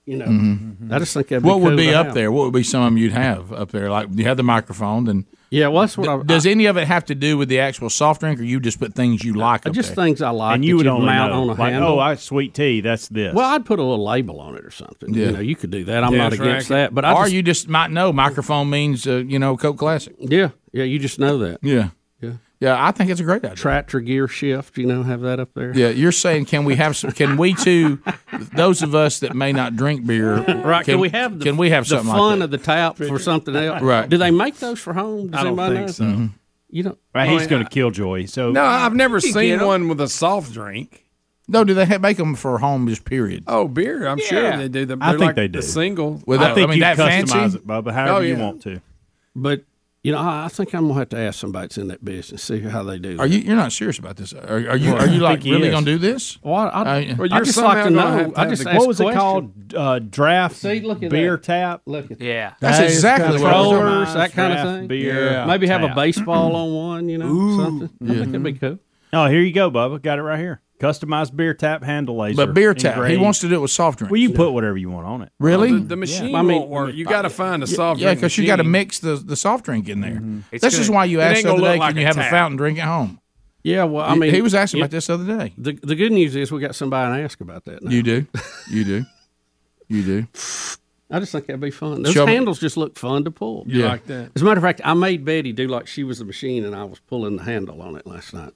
S2: You know, I just think that'd
S1: Mm-hmm.
S2: be
S1: What would
S2: cool
S1: be
S2: to
S1: up
S2: have.
S1: there? What would be some of 'em you'd have up there? Like you have the microphone, then
S2: yeah. Well, that's what I,
S1: does any of it have to do with the actual soft drink, or you just put things you like? up
S2: just
S1: there?
S2: things I like.
S8: and you
S2: that
S8: would
S2: you'd
S8: only
S2: mount
S8: know,
S2: on a
S8: like,
S2: handle.
S8: oh, I sweet tea. That's this.
S2: Well, I'd put a little label on it or something.
S1: Yeah.
S2: You know, you could do that. I'm
S1: Yeah,
S2: not
S1: that's
S2: against
S1: right.
S2: that. But I
S1: or
S2: just,
S1: you just might know microphone means uh, you know Coke Classic.
S2: yeah, yeah, you just know that.
S1: Yeah,
S2: yeah,
S1: yeah. I think it's a great idea.
S2: Tractor gear shift. You know, have that up there.
S1: Yeah, you're saying can we have some? Can we too? Those of us that may not drink beer,
S2: Right? Can, we have the,
S1: can we have
S2: the
S1: something
S2: fun
S1: like
S2: of the tap for something else?
S1: Right. Mm-hmm.
S2: Do they make those for home? Does
S8: I don't
S2: anybody
S8: think
S2: know?
S8: so. Mhm.
S2: You don't.
S8: Right,
S2: I
S8: he's
S2: mean,
S8: going to kill Joy. So
S7: No, I've never
S8: You can
S7: seen
S8: get 'em.
S7: one with a soft drink.
S1: that? No, do they ha- make them for home? Just period.
S7: Oh, beer! I'm sure they do. The,
S8: I
S7: they're
S8: think
S7: like
S8: they
S7: the
S8: do.
S7: single.
S1: With
S8: I
S1: that-
S8: think
S1: I mean,
S8: you
S1: that
S8: customize
S1: fancy?
S8: it, Bubba, however
S1: Oh,
S8: you
S1: yeah.
S8: want to.
S2: But you know, I, I think I'm gonna have to ask somebody that's in that business see how they do.
S1: Are
S2: that.
S1: you? You're not serious about this? Are, are you? Are you like really going to do this?
S2: Well, I,
S1: I-
S2: I,
S1: Well, you're
S2: just like
S1: somehow
S2: to
S1: gonna
S2: know.
S1: have to
S2: I
S1: have
S2: just
S1: the-
S2: asked
S8: What was it
S2: questions.
S8: called? Uh, draft
S2: See, look at
S8: beer
S2: that.
S8: tap.
S2: Look at
S6: yeah.
S1: That's
S8: Hey, it's
S1: exactly what I was talking about.
S2: Controllers, that kind of
S8: Draft
S2: thing.
S8: beer Yeah.
S2: Maybe have a
S8: tap.
S1: Mm-hmm.
S2: baseball on one. You know, something. I think that'd be cool.
S8: Oh, here you go, Bubba. Got it right here. Customized beer tap handle laser.
S1: But beer tap. He
S8: engraved.
S1: wants to do it with soft drink.
S8: Well, you can put whatever you want on it.
S1: Really?
S7: The, the machine
S2: I mean- uh,
S7: won't work. You got to find a soft
S1: yeah,
S7: drink.
S1: because you got to
S7: machine.
S1: mix the, the soft drink in there.
S6: It's
S1: That's just
S6: gonna-
S1: why you
S7: it
S1: asked
S7: ain't
S1: the other
S7: gonna
S1: day.
S7: look like
S1: can you
S7: a
S1: have a
S7: tap.
S1: fountain drink at home?
S2: Yeah. Well, I mean,
S1: he was asking
S2: you-
S1: about this the other day.
S2: The, the good news is we got somebody to ask about that. Now.
S1: You do, you do, you do.
S2: I just think that'd be fun. Those
S1: Show me-
S2: handles just look fun to pull.
S7: You
S1: Yeah.
S7: like that?
S2: As a matter of fact, I made Betty do like she was the machine, and I was pulling the handle on it last night,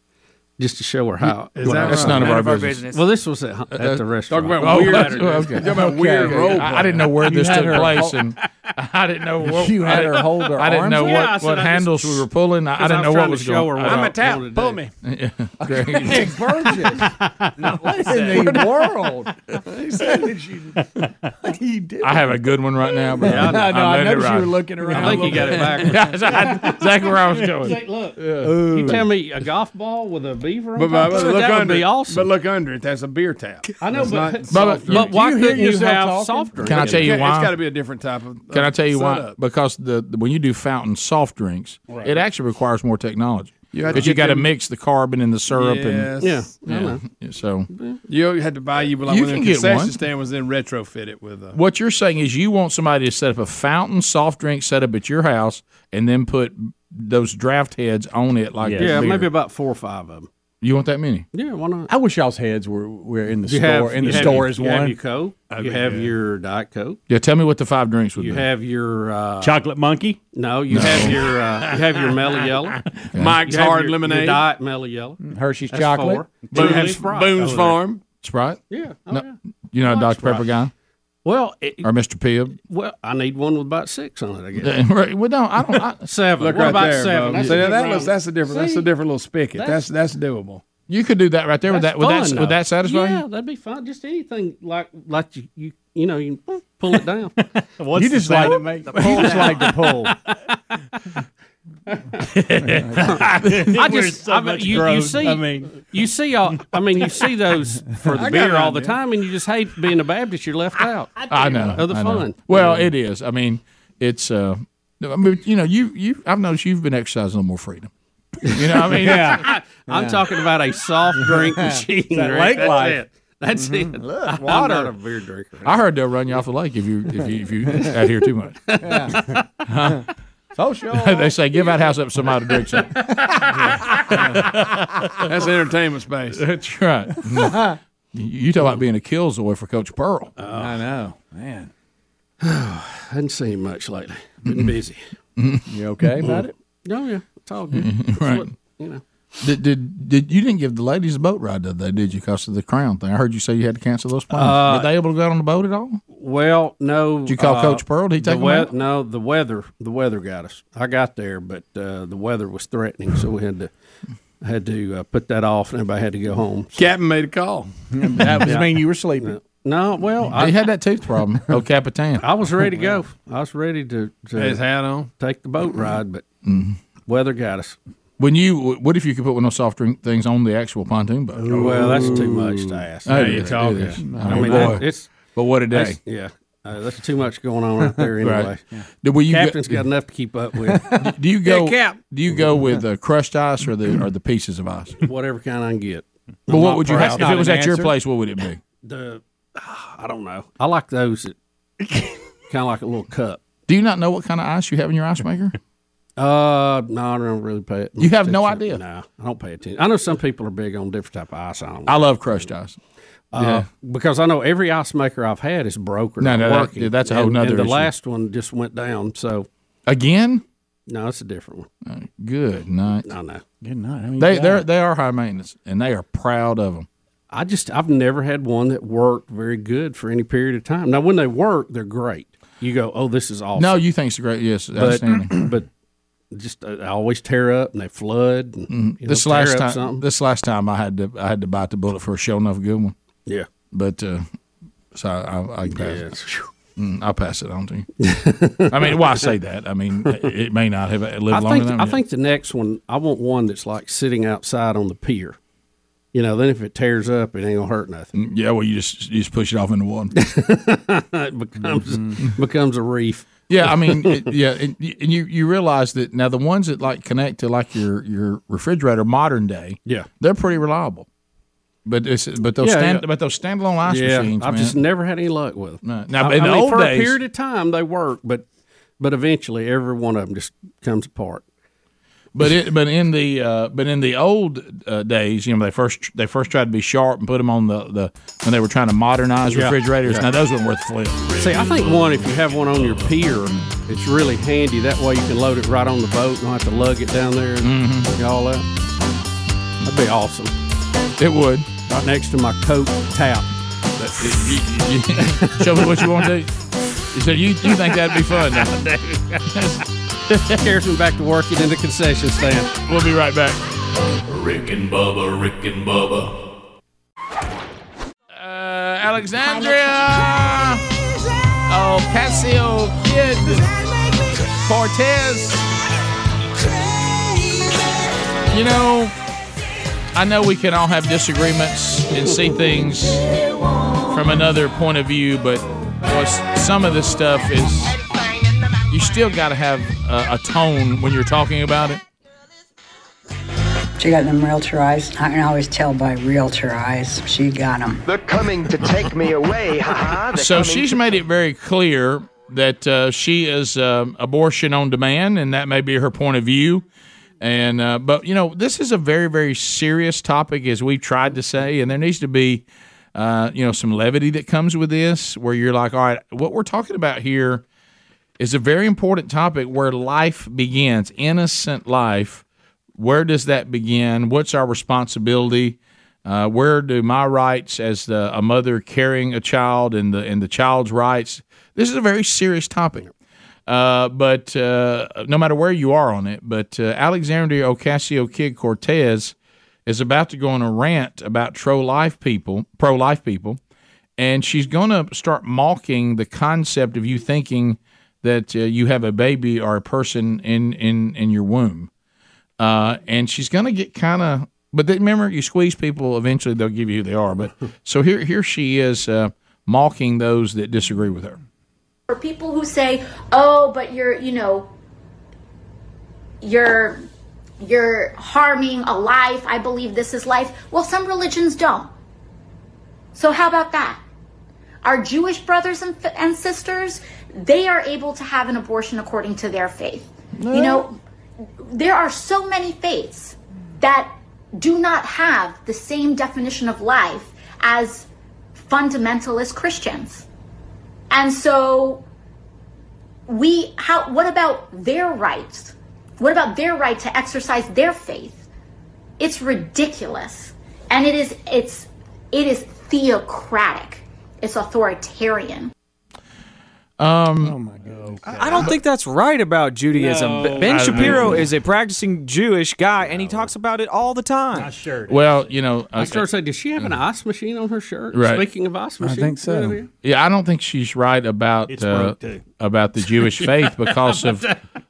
S2: just to show her how.
S7: Is that
S1: That's
S7: right?
S1: none of
S6: None
S1: our
S6: of our
S1: business.
S6: business.
S2: Well, this was at, at the restaurant.
S7: Talk about
S1: Oh,
S7: weird.
S1: that's- okay.
S7: Talk about weird
S1: Okay,
S7: role.
S1: I, I didn't know where this
S7: had
S1: took
S7: her
S1: place, and I didn't know what
S3: You had
S1: I didn't-
S3: her hold her
S1: I didn't know
S2: arms
S1: what,
S2: out. Yeah, I said
S1: what
S2: I just-
S1: handles we were pulling. I, I didn't
S2: was
S1: know
S2: trying
S1: what
S2: to
S1: was
S2: show
S1: going.
S2: her what
S1: on.
S2: I-
S7: I'm a tap.
S2: wanted to
S7: Pull
S2: do.
S7: me.
S3: Hey, Burgess. in the world? He said that you. What are you doing?
S1: I have a good one right now, but
S3: I know.
S1: I'm
S3: I
S1: letting it
S3: noticed you
S1: ride.
S3: were looking around.
S2: I think you got it backwards.
S1: Yeah, that's- that's exactly where I was going.
S2: Say, look, you tell me a golf ball with a beaver on
S7: But,
S2: top
S7: but,
S2: of it?
S7: but look
S2: that
S7: under.
S2: would be
S7: it.
S2: awesome.
S7: But look under it. That's a beer tap.
S2: I know,
S7: That's
S2: but,
S7: not
S2: but,
S7: soft
S2: but
S7: drink.
S2: why
S7: Do you hear
S2: couldn't you
S7: yourself
S2: have
S7: talking?
S2: soft drink?
S1: Can I tell you
S7: It's
S1: why?
S7: got to be a different type of.
S1: Can I tell you why?
S7: setup.
S1: Because the, the when you do fountain soft drinks, it actually requires more technology.
S7: You have to
S1: Because you
S7: get
S1: got to
S7: them-
S1: mix the carbon and the syrup and
S2: Yeah,
S7: Yes.
S2: I know.
S1: yeah. So
S7: You had to buy you like
S1: You
S7: when the
S1: can get
S7: concession
S1: one.
S7: stand was then retrofit it with a
S1: what you're saying is you want somebody to set up a fountain soft drink setup at your house and then put those draft heads on it like
S2: Yeah,
S1: beer.
S2: maybe about four or five of them.
S1: you want that many.
S2: Yeah, why not?
S3: I wish y'all's heads were were in the store. in the
S2: you have
S3: store
S2: your-
S3: is
S2: you have
S3: one.
S2: your Coke. You have your Diet Coke.
S1: Yeah, tell me what the five drinks would
S2: You
S1: be.
S2: have your uh,
S8: Chocolate monkey.
S2: no. You have your uh, you have your Mellow Yellow.
S7: Mike's
S2: You have
S7: Hard
S2: your-
S7: Lemonade,
S2: your Diet Mellow Yellow.
S3: Mm-hmm. Hershey's
S2: That's
S3: chocolate.
S2: four.
S7: Boone-
S2: Two Leaf Sprite over
S7: Boone's
S2: there.
S7: Farm.
S1: Sprite.
S2: Yeah. Oh,
S1: No.
S2: yeah.
S1: You're not a
S2: I like
S1: Dr Pepper guy
S2: Well, it,
S1: or Mr Pibb.
S2: well, I need one with about six on it. I guess
S1: Right, well, no, I don't. I,
S2: seven.
S7: Look
S2: what
S7: right
S2: about
S7: there,
S2: seven?
S7: Bubba.
S2: That's
S7: See,
S2: a
S7: now
S2: good
S7: that
S2: round.
S7: was that's a different that's a
S2: See?
S7: different little spicket.
S2: That's-
S7: That's that's doable.
S1: you could do that right there. With that,
S2: That's
S1: would that,
S2: fun,
S1: would
S2: though.
S1: that satisfy
S2: yeah,
S1: you?
S2: that'd be fine. Just anything like like you you, you know you can pull it down.
S8: What's the sound?
S3: to make. You just like to pull.
S2: I
S8: We're
S2: just
S8: so
S2: I mean,
S8: much
S2: you, you
S8: gross.
S2: see
S8: I mean-
S2: you see all, I mean you see those for the
S7: got
S2: beer
S7: an
S2: all the
S7: idea.
S2: time, and you just hate being a Baptist. You're left out.
S1: I know.
S2: Of the
S1: I know.
S2: fun.
S1: Well, it is. I mean, it's. Uh, I mean, you know, you you. I've noticed you've been exercising a little more freedom. You know, what I mean, yeah.
S2: I'm talking about a soft drink machine. Rick.
S8: lake
S2: That's
S8: life.
S2: it. That's it. Mm-hmm. Look,
S3: water.
S2: I'm not a beer drinker.
S1: I heard they'll run you off the lake if you if you if you out here too much.
S3: Social.
S1: they say give that house up to somebody to drink something.
S7: That's entertainment space.
S1: That's right. You- You talk about being a killzoy for Coach Pearl.
S2: Uh.
S3: I know, man.
S2: I hadn't seen much lately. Been busy.
S3: You okay about it?
S2: Oh yeah, it's all good. It's
S1: Right.
S2: what- you know.
S1: Did, did did you didn't give the ladies a boat ride the other day, did you? Because of the crown thing. I heard you say you had to cancel those plans.
S2: Uh,
S1: Were they able to go out on the boat at all?
S2: Well, no. uh,
S1: Did you call Coach Pearl? Did he
S2: the
S1: take them
S2: wea-
S1: out?
S2: No, the weather. The weather got us. I got there, but uh, the weather was threatening, so we had to had to uh, put that off, and everybody had to go home.
S7: Captain made a call.
S3: That was mean you were sleeping.
S2: No, well,
S3: I had that tooth problem.
S1: El Capitan.
S2: I was ready to go. I was ready to, to
S1: His hat on.
S2: take the boat ride, but weather got us.
S1: When you, what if you could put one of those soft drink things on the actual pontoon boat?
S2: Well, that's too much to ask.
S1: Oh, you're talking.
S2: I mean, that, it's
S1: but what a day.
S2: that's- Yeah, uh, that's too much going on out there anyway.
S1: Right. Do- will you go-
S2: Captain's got enough to keep up with.
S1: Do- Do you go? Do you go with the crushed ice or the or the pieces of ice?
S2: Whatever kind I can get.
S1: But
S2: I'm
S1: what
S2: not
S1: would you
S2: proud.
S1: have if it was at your place? What would it be?
S2: The ah, I don't know. I like those that kind of like a little cup.
S1: Do you not know what kind of ice you have in your ice maker?
S2: Uh, no, I don't really pay it.
S1: You have no
S2: much
S1: idea.
S2: attention. No, I don't pay attention. I know some people are big on different type of ice. I don't.
S1: I love crushed ice.
S2: Uh, Because I know every ice maker I've had is broken.
S1: No,
S2: or
S1: no, that-
S2: working.
S1: that's a whole
S2: And-
S1: nother
S2: And the
S1: issue.
S2: last one just went down. So
S1: again,
S2: no, it's a different
S1: one. Good night.
S2: No, no,
S8: good night.
S1: They they they are high maintenance and they are proud of them.
S2: I just I've never had one that worked very good for any period of time. Now, when they work, they're great. You go, oh, this is awesome.
S1: No, you think it's great. Yes,
S2: but,
S1: outstanding.
S2: but just uh, I always tear up and they flood. And, you know,
S1: Mm-hmm. this
S2: tear
S1: last
S2: up
S1: time,
S2: something.
S1: this last time I had to I had to bite the bullet for a show enough good one.
S2: Yeah.
S1: but uh, so I, I can pass it. Mm, I'll pass it on to you. I mean, why I say that? I mean, it- it may not have lived
S2: I
S1: longer
S2: think
S1: than
S2: I
S1: it.
S2: think the next one I want one that's like sitting outside on the pier. You know, then if it tears up, it ain't gonna hurt nothing.
S1: Yeah, well, you just you just push it off in the water. Mm-hmm.
S2: it becomes becomes a reef.
S1: Yeah, I mean, it, yeah, and y- and you you realize that now the ones that like connect to like your your refrigerator modern day,
S2: Yeah.
S1: they're pretty reliable. But it's, but those
S2: Yeah,
S1: stand,
S2: yeah.
S1: but those standalone ice
S2: yeah,
S1: machines,
S2: I've
S1: man.
S2: just never had any luck with them.
S1: No. Now,
S2: I,
S1: in
S2: I
S1: the
S2: mean,
S1: old
S2: for
S1: days-
S2: a period of time they work, but but eventually every one of them just comes apart.
S1: But it, but in the uh, but in the old uh, days, you know, they first they first tried to be sharp and put them on the, the when they were trying to modernize
S2: Yeah.
S1: refrigerators.
S2: Yeah.
S1: Now those weren't worth flip.
S2: See, I think one if you have one on your pier, it's really handy. That way you can load it right on the boat and don't have to lug it down there and all that. That'd be awesome.
S1: It would.
S2: Right next to my coat tap.
S1: Show me what you want to do. You said you, you think that'd be fun. don't you?
S2: Here's me back to working in the concession stand.
S1: We'll be right back.
S5: Rick and Bubba, Rick and Bubba.
S1: Uh, Alexandria Ocasio Kid Cortez. You know, I know we can all have disagreements and see things from another point of view, but boy, s- some of this stuff is. You still got to have a, a tone when you're talking about it.
S12: She got them realtor eyes. I can always tell by realtor eyes. She got them. They're coming to take me away. Haha.
S1: So she's made it very clear that uh, she is um, abortion on demand, and that may be her point of view. And uh, but you know, this is a very very serious topic, as we've tried to say, and there needs to be. Uh, you know, some levity that comes with this, where you're like, all right, what we're talking about here is a very important topic where life begins, innocent life. Where does that begin? What's our responsibility? Uh, where do my rights as the, a mother carrying a child and the and the child's rights? This is a very serious topic. Uh, but uh, no matter where you are on it, but uh, Alexandria Ocasio Kid Cortez is about to go on a rant about pro life people, pro life people, and she's going to start mocking the concept of you thinking that uh, you have a baby or a person in in in your womb. Uh, and she's going to get kind of, but then remember, you squeeze people. Eventually, they'll give you who they are. But so here, here she is uh, mocking those that disagree with her.
S13: for people who say, "Oh, but you're, you know, you're you're harming a life. I believe this is life." Well, some religions don't. So how about that? Our Jewish brothers and, f- and sisters, they are able to have an abortion according to their faith. You know, there are so many faiths that do not have the same definition of life as fundamentalist Christians. And so we how what about their rights? What about their right to exercise their faith? It's ridiculous. And it is it's it is theocratic. It's authoritarian.
S1: Um,
S6: oh my god! I don't think that's right about Judaism.
S1: No.
S6: ben
S1: I
S6: Shapiro
S1: mean-
S6: is a practicing Jewish guy, and he talks about it all the time. I sure.
S1: Well, you know, uh,
S2: I started saying, does she have an ice machine on her shirt?
S1: Right.
S2: Speaking of ice machine,
S1: Yeah, I don't think she's right about
S2: It's
S1: uh,
S2: broke, too.
S1: about the Jewish faith because of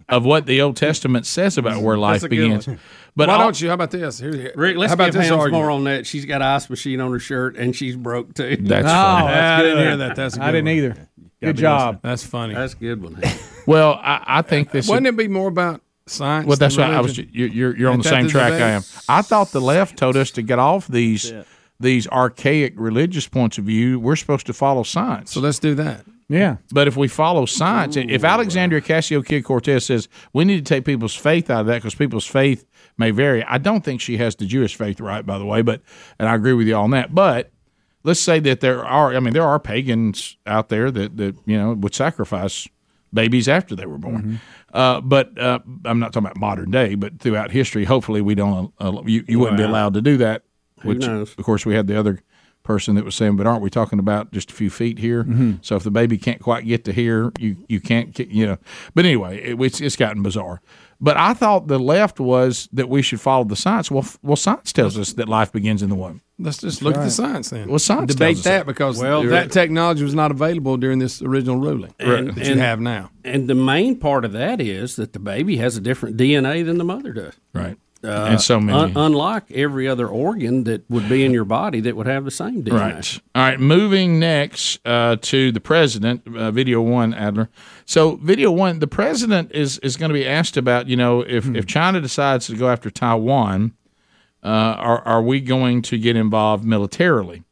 S1: of what the Old Testament says about where life
S2: That's a good
S1: begins.
S2: one.
S1: But
S7: Why
S1: all-
S7: don't you? How about this? Here,
S2: Rick, let's
S7: how about
S2: give
S7: this
S2: Hams
S7: argument?
S2: more on that. She's got an ice machine on her shirt, and she's broke too.
S1: That's Oh, funny.
S7: Yeah, I didn't hear that. That's a good one.
S2: Gotta be listening.
S7: That's funny.
S2: That's a good one.
S1: Well, I, I think this.
S7: Wouldn't it be more about science?
S1: well, that's
S7: than
S1: why I was.
S7: religion?
S1: ju- You're you're, you're on
S7: Ain't
S1: the
S7: that
S1: same
S7: the
S1: track
S7: debate?
S1: I am. I thought the left told us to get off these these archaic religious points of view. We're supposed to follow science. So
S7: let's do that.
S3: Yeah.
S1: But if we follow science, if Alexandria Ocasio Kid Cortez says we need to take people's faith out of that because people's faith may vary, I don't think she has the Jewish faith right, by the way. But and I agree with you on that. But let's say that there are, I mean, there are pagans out there that that you know would sacrifice babies after they were born.
S2: Mm-hmm.
S1: Uh, but uh, I'm not talking about modern day, but throughout history, hopefully we don't. Uh, you you wouldn't be
S2: Wow.
S1: allowed to do that.
S2: Who
S1: Which,
S2: knows?
S1: of course, we had the other person that was saying, but aren't we talking about just a few feet here?
S2: Mhm.
S1: So if the baby can't quite get to here, you you can't ki- you know. But anyway, it, it's it's gotten bizarre. But I thought the left was that we should follow the science. Well, f- well, science tells us that life begins in the womb.
S7: Let's just look at the science then.
S1: Well, science
S7: debate
S1: tells us
S7: that
S1: that.
S7: because
S1: Well,
S7: that technology was not available during this original ruling that you have now.
S2: And the main part of that is that the baby has a different DNA than the mother does.
S1: Right.
S2: Uh,
S1: And so many-
S2: un- unlike every other organ that would be in your body that would have the same DNA.
S1: Right. All right. Moving next uh, to the president, uh, video one, Adler. So, video one, the president is is going to be asked about, you know, if,
S3: Hmm.
S1: if China decides to go after Taiwan, uh, are, are we going to get involved militarily?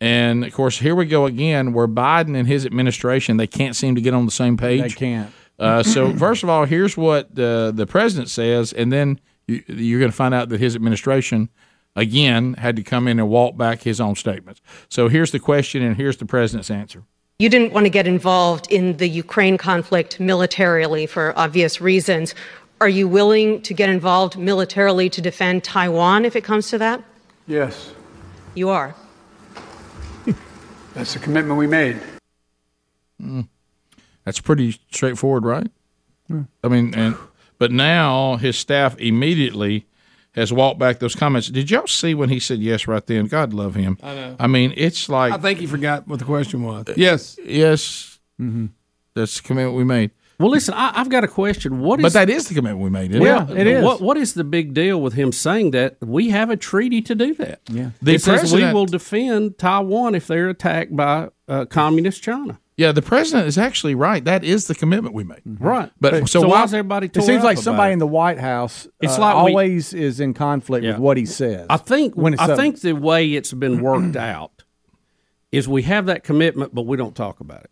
S1: And of course, here we go again, where Biden and his administration they can't seem to get on the same page.
S3: They can't.
S1: Uh, so first of all, here's what uh, the president says, and then you, you're going to find out that his administration again had to come in and walk back his own statements. So here's the question, and here's the president's answer.
S14: You didn't want to get involved in the Ukraine conflict militarily for obvious reasons. Are you willing to get involved militarily to defend Taiwan if it comes to that?
S15: Yes,
S14: You are.
S15: that's the commitment we made.
S1: That's pretty straightforward, right? I mean, and but now his staff immediately has walked back those comments. Did y'all see when he said yes right then? God love him.
S7: I know.
S1: I mean, it's like
S7: I think he forgot what the question was. Uh, Yes.
S1: Yes. Mm-hmm. That's the commitment we made.
S2: Well, listen, I, I've got a question. What is
S1: But that is the commitment we made. Isn't
S2: well,
S1: it?
S2: What, what is the big deal with him saying that? We have a treaty to do that. Yeah,
S1: The
S2: it says we
S1: president-
S2: will defend Taiwan if they're attacked by uh, communist China.
S1: Yeah, the president is actually right. That is the commitment we made.
S2: Right.
S1: But so, why is everybody?
S3: It seems like somebody in the White House it's
S2: It's like
S3: like
S2: we-
S3: always is in conflict with what he says.
S2: I think
S3: When it's
S2: I
S3: up.
S2: think the way it's been worked out is we have that commitment, but we don't talk about it.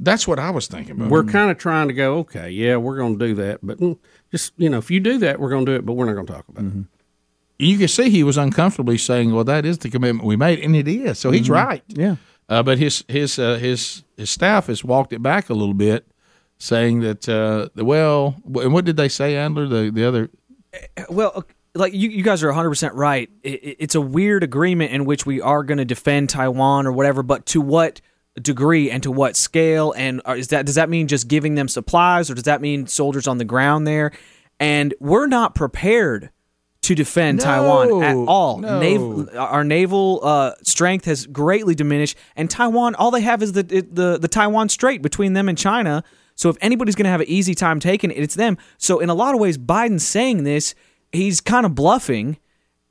S1: That's what I was thinking. About.
S2: We're kind of trying to go, okay, yeah, we're going to do that, but mm, just you know, if you do that, we're going to do it, but we're not going to talk about it.
S1: You can see he was uncomfortably saying, "Well, that is the commitment we made," and it is. So he's
S2: Mhm.
S1: right.
S3: Yeah.
S1: Uh, but his his uh, his his staff has walked it back a little bit, saying that uh, well, wh- and what did they say, Andler? The the other
S6: Well, ok- like you, you guys are 100% right. I- I- it's a weird agreement in which we are going to defend Taiwan or whatever, but to what degree and to what scale? And are- is that does that mean just giving them supplies or does that mean soldiers on the ground there? And we're not prepared to defend Taiwan at
S16: No,
S6: all.
S16: no.
S6: Nav-
S2: Oh.
S6: our naval uh, strength has greatly diminished, and Taiwan, all they have is the the, the Taiwan Strait between them and China. So if anybody's going to have an easy time taking it, it's them. So in a lot of ways, Biden saying this, he's kind of bluffing,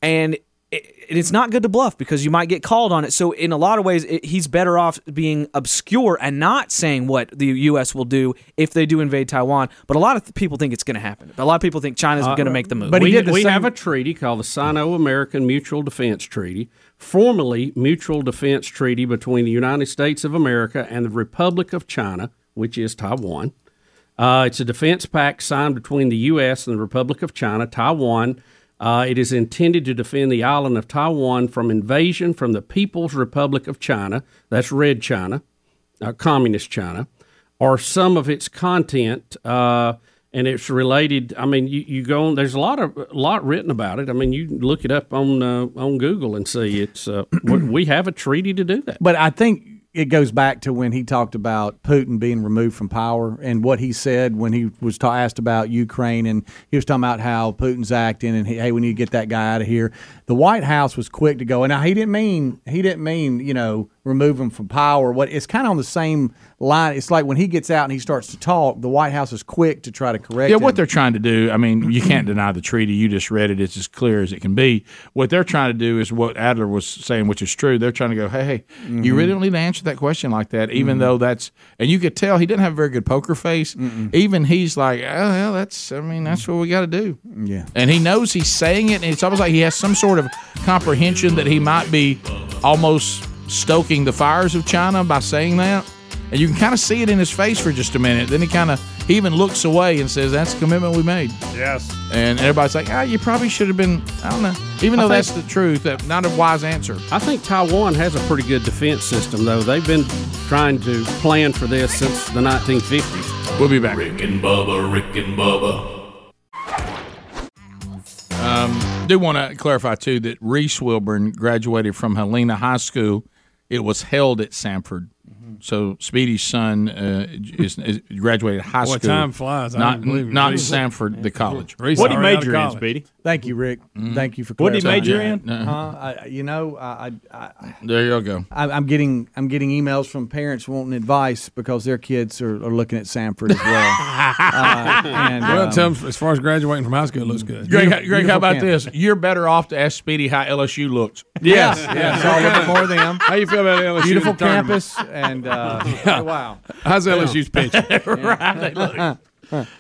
S6: and it, it's not good to bluff because you might get called on it. So in a lot of ways, it, he's better off being obscure and not saying what the U.S. will do if they do invade Taiwan. But a lot of th- people think it's going to happen. A lot of people think China's going to make the move.
S2: Uh, we, we have a treaty called the Sino-American Mutual Defense Treaty, formerly Mutual Defense Treaty between the United States of America and the Republic of China, which is Taiwan. Uh, it's a defense pact signed between the U.S. and the Republic of China, Taiwan. Uh, it is intended to defend the island of Taiwan from invasion from the People's Republic of China. That's Red China uh, communist China, or some of its content, uh, and it's related. I mean, you, you go on. There's a lot of lot written about it. I mean, you can look it up on uh, on Google and see it's. Uh, we- we have a treaty to do that.
S3: But I think it goes back to when he talked about Putin being removed from power and what he said when he was ta- asked about Ukraine and he was talking about how Putin's acting and hey, we need to get that guy out of here. The White House was quick to go, and now he didn't mean he didn't mean you know remove him from power. What it's kind of on the same line. It's like when he gets out and he starts to talk, the White House is quick to try to correct.
S1: Yeah,
S3: him.
S1: what they're trying to do, I mean, you can't deny the treaty. You just read it. It's as clear as it can be. What they're trying to do is what Adler was saying, which is true. They're trying to go, hey, hey, you
S3: Mm-hmm.
S1: really don't need to answer that question like that, even
S15: Mhm.
S1: though that's, and you could tell he didn't have a very good poker face. Even he's like, oh, well, that's, I mean, that's what we got to do.
S3: Mm. Yeah.
S1: And he knows he's saying it, and it's almost like he has some sort of comprehension that he might be almost stoking the fires of China by saying that. And you can kind of see it in his face for just a minute. Then he kind of he even looks away and says, "That's the commitment we made."
S7: Yes.
S1: And everybody's like, "Ah, you probably should have been." I don't know. Even
S2: I
S1: though
S2: think-
S1: that's the truth, that not a wise answer.
S2: I think Taiwan has a pretty good defense system, though. They've been trying to plan for this since the 1950s.
S1: We'll be back.
S5: Rick and Bubba, Rick and Bubba.
S1: Um, do want to clarify too that Reese Wilburn graduated from Helena High School. It was held at Sanford.
S7: Mm-hmm.
S1: So Speedy's son uh, is, is graduated high
S7: Boy,
S1: school.
S7: time flies. I
S1: Not
S7: don't believe it.
S1: not
S7: Reese-
S1: Sanford, the college.
S7: Reese What'd he already major out of in, college.
S3: Thank you, Rick. Thank you for
S1: Mm-hmm. What'd he
S3: clarifying
S1: major
S3: that.
S1: in? Uh-huh.
S3: Uh, I, you know, I, I, I
S1: There you go.
S3: I- I'm getting I'm getting emails from parents wanting advice because their kids are, are looking at Sanford as well. Uh, and,
S7: well,
S3: um,
S7: tell 'em, as far as graduating from high school, it looks good.
S1: Greg, how- Greg, how
S7: Beautiful
S1: about
S7: campus.
S1: this? You're better off to ask Speedy how LSU looked.
S7: Yes, yes.
S3: So I'll look at more of them.
S7: How you feel about LSU?
S3: Beautiful
S7: tournament?
S3: campus and uh, wow.
S7: How's LSU's pitch?
S1: right, they look.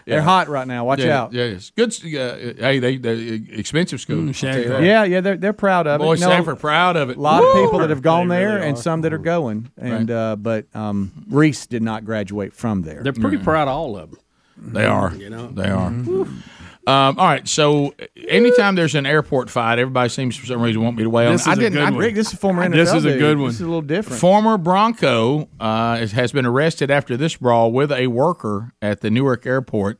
S3: They're hot right now. Watch
S1: Yeah,
S3: out.
S1: Yeah, it's good. s- Uh, hey, they they expensive school. I'll tell you that.
S3: Yeah, yeah, they're, they're proud of
S1: Boy,
S3: it. No,
S1: Sanford proud of it.
S3: A lot of
S1: Woo!
S3: people that have gone
S1: They
S3: there,
S1: really
S3: and
S1: are.
S3: some that are going. And uh, but um, Reese did not graduate from there.
S2: They're pretty proud of all of them.
S1: They are.
S2: You know?
S1: They are. Um, all right. So anytime there's an airport fight, everybody seems for some reason want me to weigh on.
S3: This
S1: I
S3: is a
S1: didn't.
S3: good
S1: I-
S3: one. Rick, this is a former
S1: This
S3: NFL
S1: is a
S3: dude.
S1: good
S3: This
S1: one.
S3: is a little different.
S1: Former Bronco uh, is- has been arrested after this brawl with a worker at the Newark airport.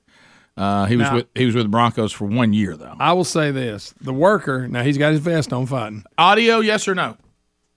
S1: Uh, he was
S7: Now-
S1: with he was with the Broncos for one year though.
S7: I will say this: the worker. Now he's got his vest on, fighting.
S1: Audio, yes or no?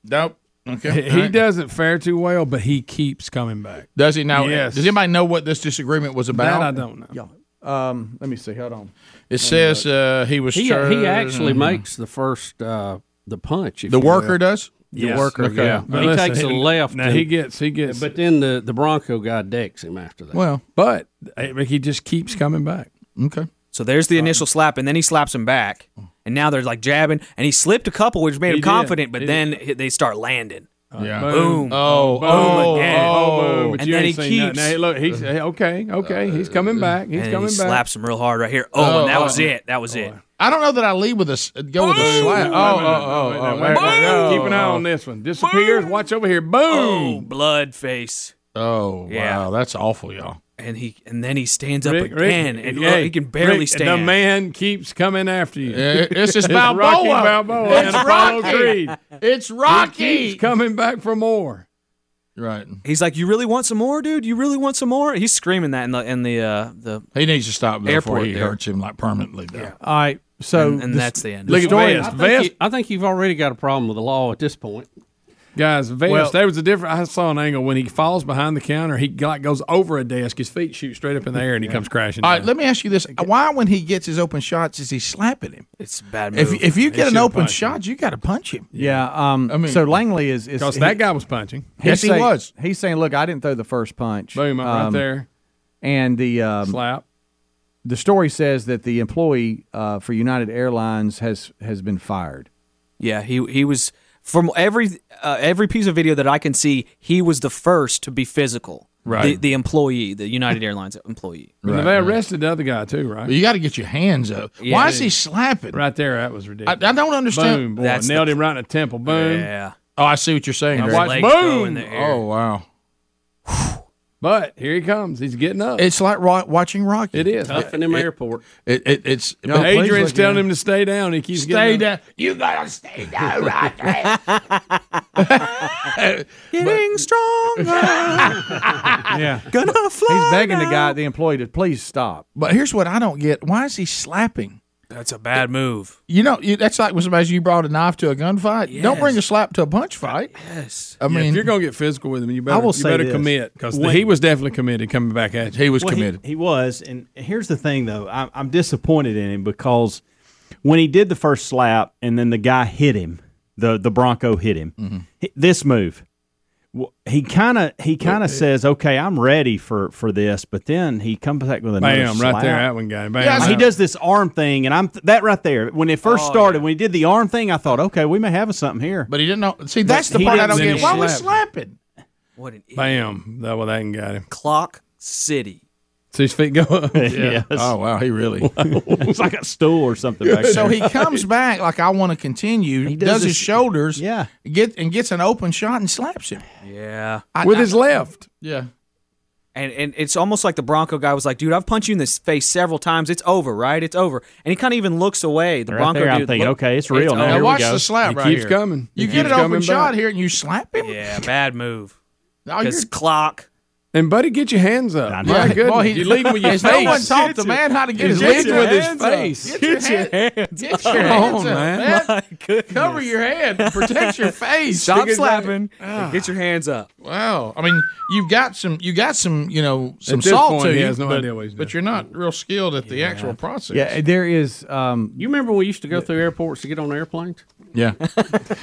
S1: Nope. Okay.
S7: He,
S1: All
S7: he
S1: right.
S7: doesn't fare too well, but he keeps coming back.
S1: Does he now?
S7: Yes.
S1: Does anybody know what this disagreement was about?
S7: That I don't know.
S3: Um, let me see. Hold on.
S1: It says uh, he was.
S2: He,
S1: charged-
S2: he actually makes the first uh, the punch. if
S1: The
S2: you will.
S1: worker does?
S2: The
S1: Yes.
S2: worker,
S1: Okay.
S2: yeah.
S1: But
S2: he
S1: listen,
S2: takes a
S1: he-
S2: left.
S1: now
S2: and-
S1: he gets-
S7: he gets-
S2: But then the, the Bronco guy decks him after that.
S1: Well,
S7: but I mean, he just keeps coming back.
S1: Okay.
S6: So there's the initial slap, and then he slaps him back, and now they're like jabbing, and he slipped a couple, which made
S7: He
S6: him
S7: did.
S6: confident. But
S7: He
S6: then hi- they start landing.
S1: Yeah.
S6: Boom.
S1: Oh,
S6: Boom
S1: oh,
S6: again.
S1: oh,
S7: but
S6: and
S7: you
S6: then he
S7: ain't seen nothing.
S6: keeps.
S7: Hey, look, he's hey, okay, okay. He's coming back. He's
S6: and then
S7: coming
S6: he
S7: back.
S6: slaps him real hard right here. Oh,
S1: Oh,
S6: and that
S1: oh,
S6: was
S1: oh.
S6: it. That was it.
S1: I don't know that I lead with a s- go with a slap. Oh,
S7: Wait a
S1: oh,
S7: minute, wait a
S1: oh,
S7: minute,
S1: oh,
S7: wait a minute.
S1: oh,
S7: Keep an eye
S1: oh.
S7: on this one. Disappears. Watch over here.
S6: Oh,
S7: Boom.
S6: blood face.
S1: Oh,
S6: Yeah.
S1: wow, that's awful, y'all.
S6: And he and then he stands up
S7: Rick- Rick-
S6: again, and look,
S7: hey,
S6: he can barely
S7: Rick,
S6: stand.
S7: The man keeps coming after you.
S1: Yeah, it's just
S7: Rocky
S1: Balboa.
S7: Balboa
S1: It's
S7: and Apollo
S1: Rocky.
S7: Creed.
S1: It's
S7: He keeps coming back for more.
S1: Right.
S6: He's like, "You really want some more, dude? You really want some more?" He's screaming that in the in the uh, the.
S1: He needs to stop before
S6: Airport
S1: he
S6: there.
S1: hurts him like permanently. Though.
S3: All right. So
S6: And- and
S3: this-
S6: that's the end.
S7: Look at
S3: story-
S7: Vest.
S2: I think,
S7: Vest.
S2: you- I think you've already got a problem with the law at this point.
S7: Guys, Vance,
S2: Well-
S7: there was a different. I saw an angle when he falls behind the counter. He like goes over a desk. His feet shoot straight up in the air, and he comes crashing.
S1: All right,
S7: down.
S1: let me ask you this: Why, when he gets his open shots, is he slapping him?
S6: It's a bad
S1: If,
S7: move.
S1: if you
S7: They
S1: get an
S7: should
S1: open
S7: punch
S1: shot, you got to punch him.
S3: Yeah. Um,
S1: I mean-
S3: so Langley is, is
S7: 'Cause that guy was punching.
S3: he's
S1: Yes, he
S3: saying-
S1: was.
S3: He's saying, "Look, I didn't throw the first punch.
S7: Boom, right
S3: Um,
S7: there.
S3: And the um,
S7: slap.
S3: The story says that the employee uh, for United Airlines has has been fired.
S6: Yeah, he he was from every uh, every piece of video that I can see, he was the first to be physical.
S1: Right.
S6: The, the employee, the United Airlines employee.
S7: And they arrested the other guy too, right?
S1: You got to get your hands up.
S6: Yeah.
S1: Why is he slapping?
S7: Right there, that was
S1: I, I
S7: ridiculous.
S1: don't understand.
S7: Boom, boy, nailed him right in the temple. Boom.
S6: Yeah.
S1: Oh, I see what you're saying.
S7: I
S1: Greg.
S7: watched- boom.
S1: Oh, wow.
S7: But here he comes. He's getting up.
S1: It's like ro- watching Rocky.
S7: It is.
S2: Tough in them airport.
S1: It, it, it's.
S7: No,
S1: but-
S7: Adrian's telling him to stay down. He keeps
S1: Stay
S7: getting up.
S1: down. You gotta stay down right
S6: Getting stronger.
S7: yeah.
S6: Gonna fly.
S3: He's begging the
S6: now.
S3: guy, the employee, to please stop.
S1: But here's what I don't get: Why is he slapping?
S6: That's a bad move.
S1: You know, you, that's like when somebody says you brought a knife to a gunfight. Don't bring a slap to a punch fight.
S6: Yes.
S1: I mean,
S7: if you're going to get physical with him, you better,
S1: will
S7: you
S1: say
S7: better
S1: this.
S7: commit because
S8: When-
S7: he was definitely committed coming back at you.
S8: Well, He, was, and here's the thing though. I'm, I'm disappointed in him because when he did the first slap, and then the guy hit him, the the Bronco hit him. Hi- This move, w- he kind of he kind of says, "Okay, I'm ready for for this," but then he comes back with another
S7: Bam, right
S8: slap.
S7: there, that one guy. Bam,
S8: Yeah, he
S7: out.
S8: does this arm thing, and I'm th- that right there. When it first
S1: Oh,
S8: started, when he did the arm thing, I thought, "Okay, we may have something here." But
S1: he didn't know. See, that's the part I don't get. Why was slapping?
S7: Bam, that one, that one got him.
S6: Clock City.
S7: So his feet go up.
S8: Yes.
S1: Oh wow, he really.
S8: it's like a stool or something. Back
S1: so
S8: there.
S1: he comes back like I want to continue. He does,
S8: does
S1: his
S8: this-
S1: shoulders.
S8: Yeah.
S1: Get and gets an open shot and slaps him
S6: Yeah.
S1: With his
S7: left.
S1: Yeah.
S6: And, and it's almost like the Bronco guy was like, dude, I've punched you in the face several times. It's over, right? It's over. And he kind of even looks away. The
S8: Right
S6: Bronco
S8: there, I'm
S6: dude.
S8: thinking,
S6: look-
S8: okay, it's real now.
S6: over.
S8: Here we
S1: Watch
S8: go.
S1: the slap
S8: He
S1: right
S8: keeps
S1: here.
S8: coming.
S1: You
S8: He
S1: get an
S8: keeps
S1: open
S8: coming
S1: shot
S8: back.
S1: here and you slap him.
S6: Yeah, bad move.
S1: Oh,
S6: Because
S1: you're-
S6: clock.
S7: And buddy, get your hands up. My
S1: Yeah.
S7: goodness,
S1: Well, he-
S7: you lead with your
S1: Has
S7: face.
S1: no one taught Get the your- man how to get
S7: He's
S1: his hands
S7: leading with his
S1: up.
S7: face.
S1: Get your Get your hand- hands get up. your hands up, man. Cover your head. Protect your face.
S6: Stop
S1: Because-
S6: slapping.
S1: Ah.
S6: and get your hands up.
S1: Wow. I mean, you've got some. You got some. You know, some
S7: At this
S1: salt
S7: point,
S1: to
S7: he
S1: you.
S7: has no
S1: but,
S7: idea what he's
S1: But you're not real skilled at the actual process.
S3: Yeah, there is. Um,
S2: You remember we used to go through airports to get on airplanes?
S1: Yeah.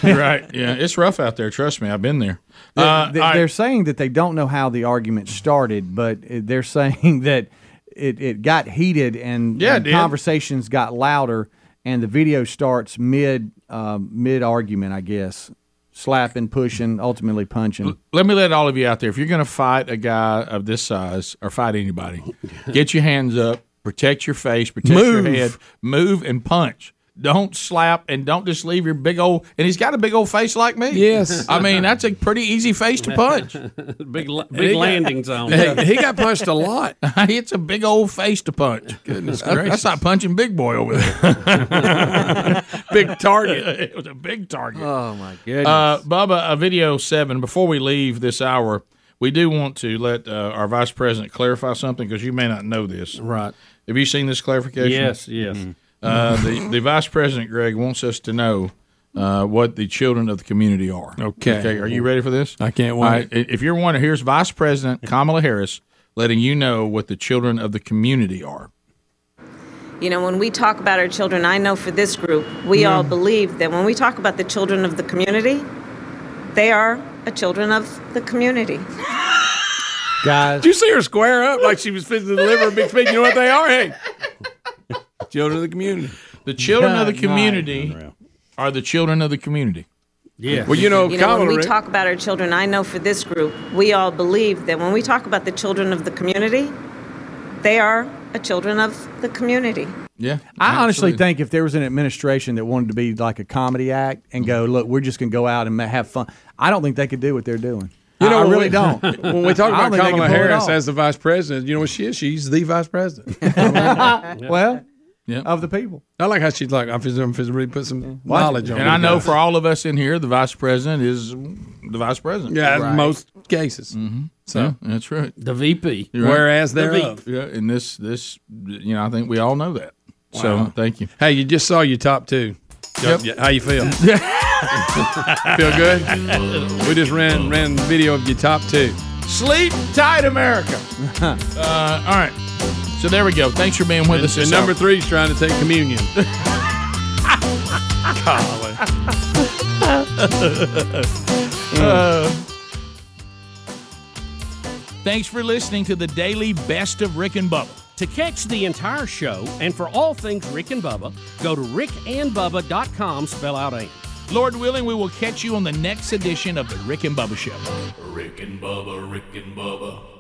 S1: You're right. Yeah. It's rough out there. Trust me. I've been there.
S3: They-
S1: Uh,
S3: they,
S1: all right.
S3: are saying that they don't know how the argument started, but uh, they're saying that it, it got heated and,
S1: Yeah, it
S3: and
S1: did.
S3: conversations got louder, and the video starts mid um, mid argument, I guess, slapping, pushing, ultimately punching.
S1: let me let all of you out there. If you're going to fight a guy of this size or fight anybody, get your hands up, protect your face, protect your
S7: Move.
S1: head, move and punch. Don't slap and don't just leave your big old. And he's got a big old face like me.
S7: Yes.
S1: I mean that's a pretty easy face to punch.
S2: big la-
S1: He
S2: big
S1: got-
S2: landing zone.
S7: Hey, he got punched a lot.
S1: it's a big old face to punch.
S7: Goodness
S1: That-
S7: gracious.
S1: That's not punching big boy over there.
S7: Big target.
S1: it was a big target.
S6: Oh, my
S1: Uh, Bubba, a video seven. Before we leave this hour, we do want to let uh, our vice president clarify something because you may not know this.
S2: Right?
S1: Have you seen this clarification?
S2: Yes, yes.
S1: Uh, the the vice president Greg wants us to know uh, what the children of the community are.
S7: Okay.
S1: Are you ready for this?
S7: I can't
S1: All
S7: wait.
S1: right, i- if you're wondering, here's Vice President Kamala Harris letting you know what the children of the community are.
S15: You know, when we talk about our children, I know for this group, we all believe that when we talk about the children of the community, they are a children of the community.
S3: Guys,
S7: Did you see her square up like she was fixing to deliver a big speech? You know what they are? Hey, children of the community.
S1: The children of the
S7: God,
S1: community are the children of the community.
S7: Yes. Well, you know,
S15: You know, when we
S7: Kamala-
S15: talk about our children, I know for this group, we all believe that when we talk about the children of the community, they are a children of the community.
S1: Yeah.
S3: I honestly think if there was an administration that wanted to be like a comedy act and go, look, we're just going to go out and ma- have fun, I don't think they could do what they're doing.
S7: You know,
S3: I
S7: when
S3: really
S7: we-
S3: don't.
S7: When we talk
S3: I don't
S7: about
S3: think they can
S7: Kamala
S3: pull it
S7: Harris
S3: off.
S7: as the vice president, you know what she is? She's the vice president.
S3: well,
S1: Yeah.
S3: of the people.
S7: I like how she's like, I'm just going to really put some
S1: Well,
S7: knowledge on
S1: And
S7: it.
S1: I know for all of us in here, the vice president is the vice president.
S7: Yeah, in most cases.
S3: Mm-hmm.
S7: So
S1: Yeah, that's right.
S2: The VP.
S1: You're right.
S7: Whereas The thereof.
S1: yeah, and this this you know I think we all know that. So
S7: Wow.
S1: thank you.
S7: Hey, you just saw your top two.
S1: Yep.
S7: Yeah, How you feel? feel good? We just ran ran video of your top two.
S1: Sleep tight, America. uh, all right. So there we go. Thanks for being with us.
S7: And
S1: this
S7: number
S1: hour.
S7: three's trying to take communion. Golly.
S1: Uh, Thanks for listening to the daily best of Rick and Bubba.
S16: To catch the entire show and for all things Rick and Bubba, go to rickandbubba.com, spell out AIM.
S1: Lord willing, we will catch you on the next edition of the Rick and Bubba Show.
S5: Rick and Bubba, Rick and Bubba.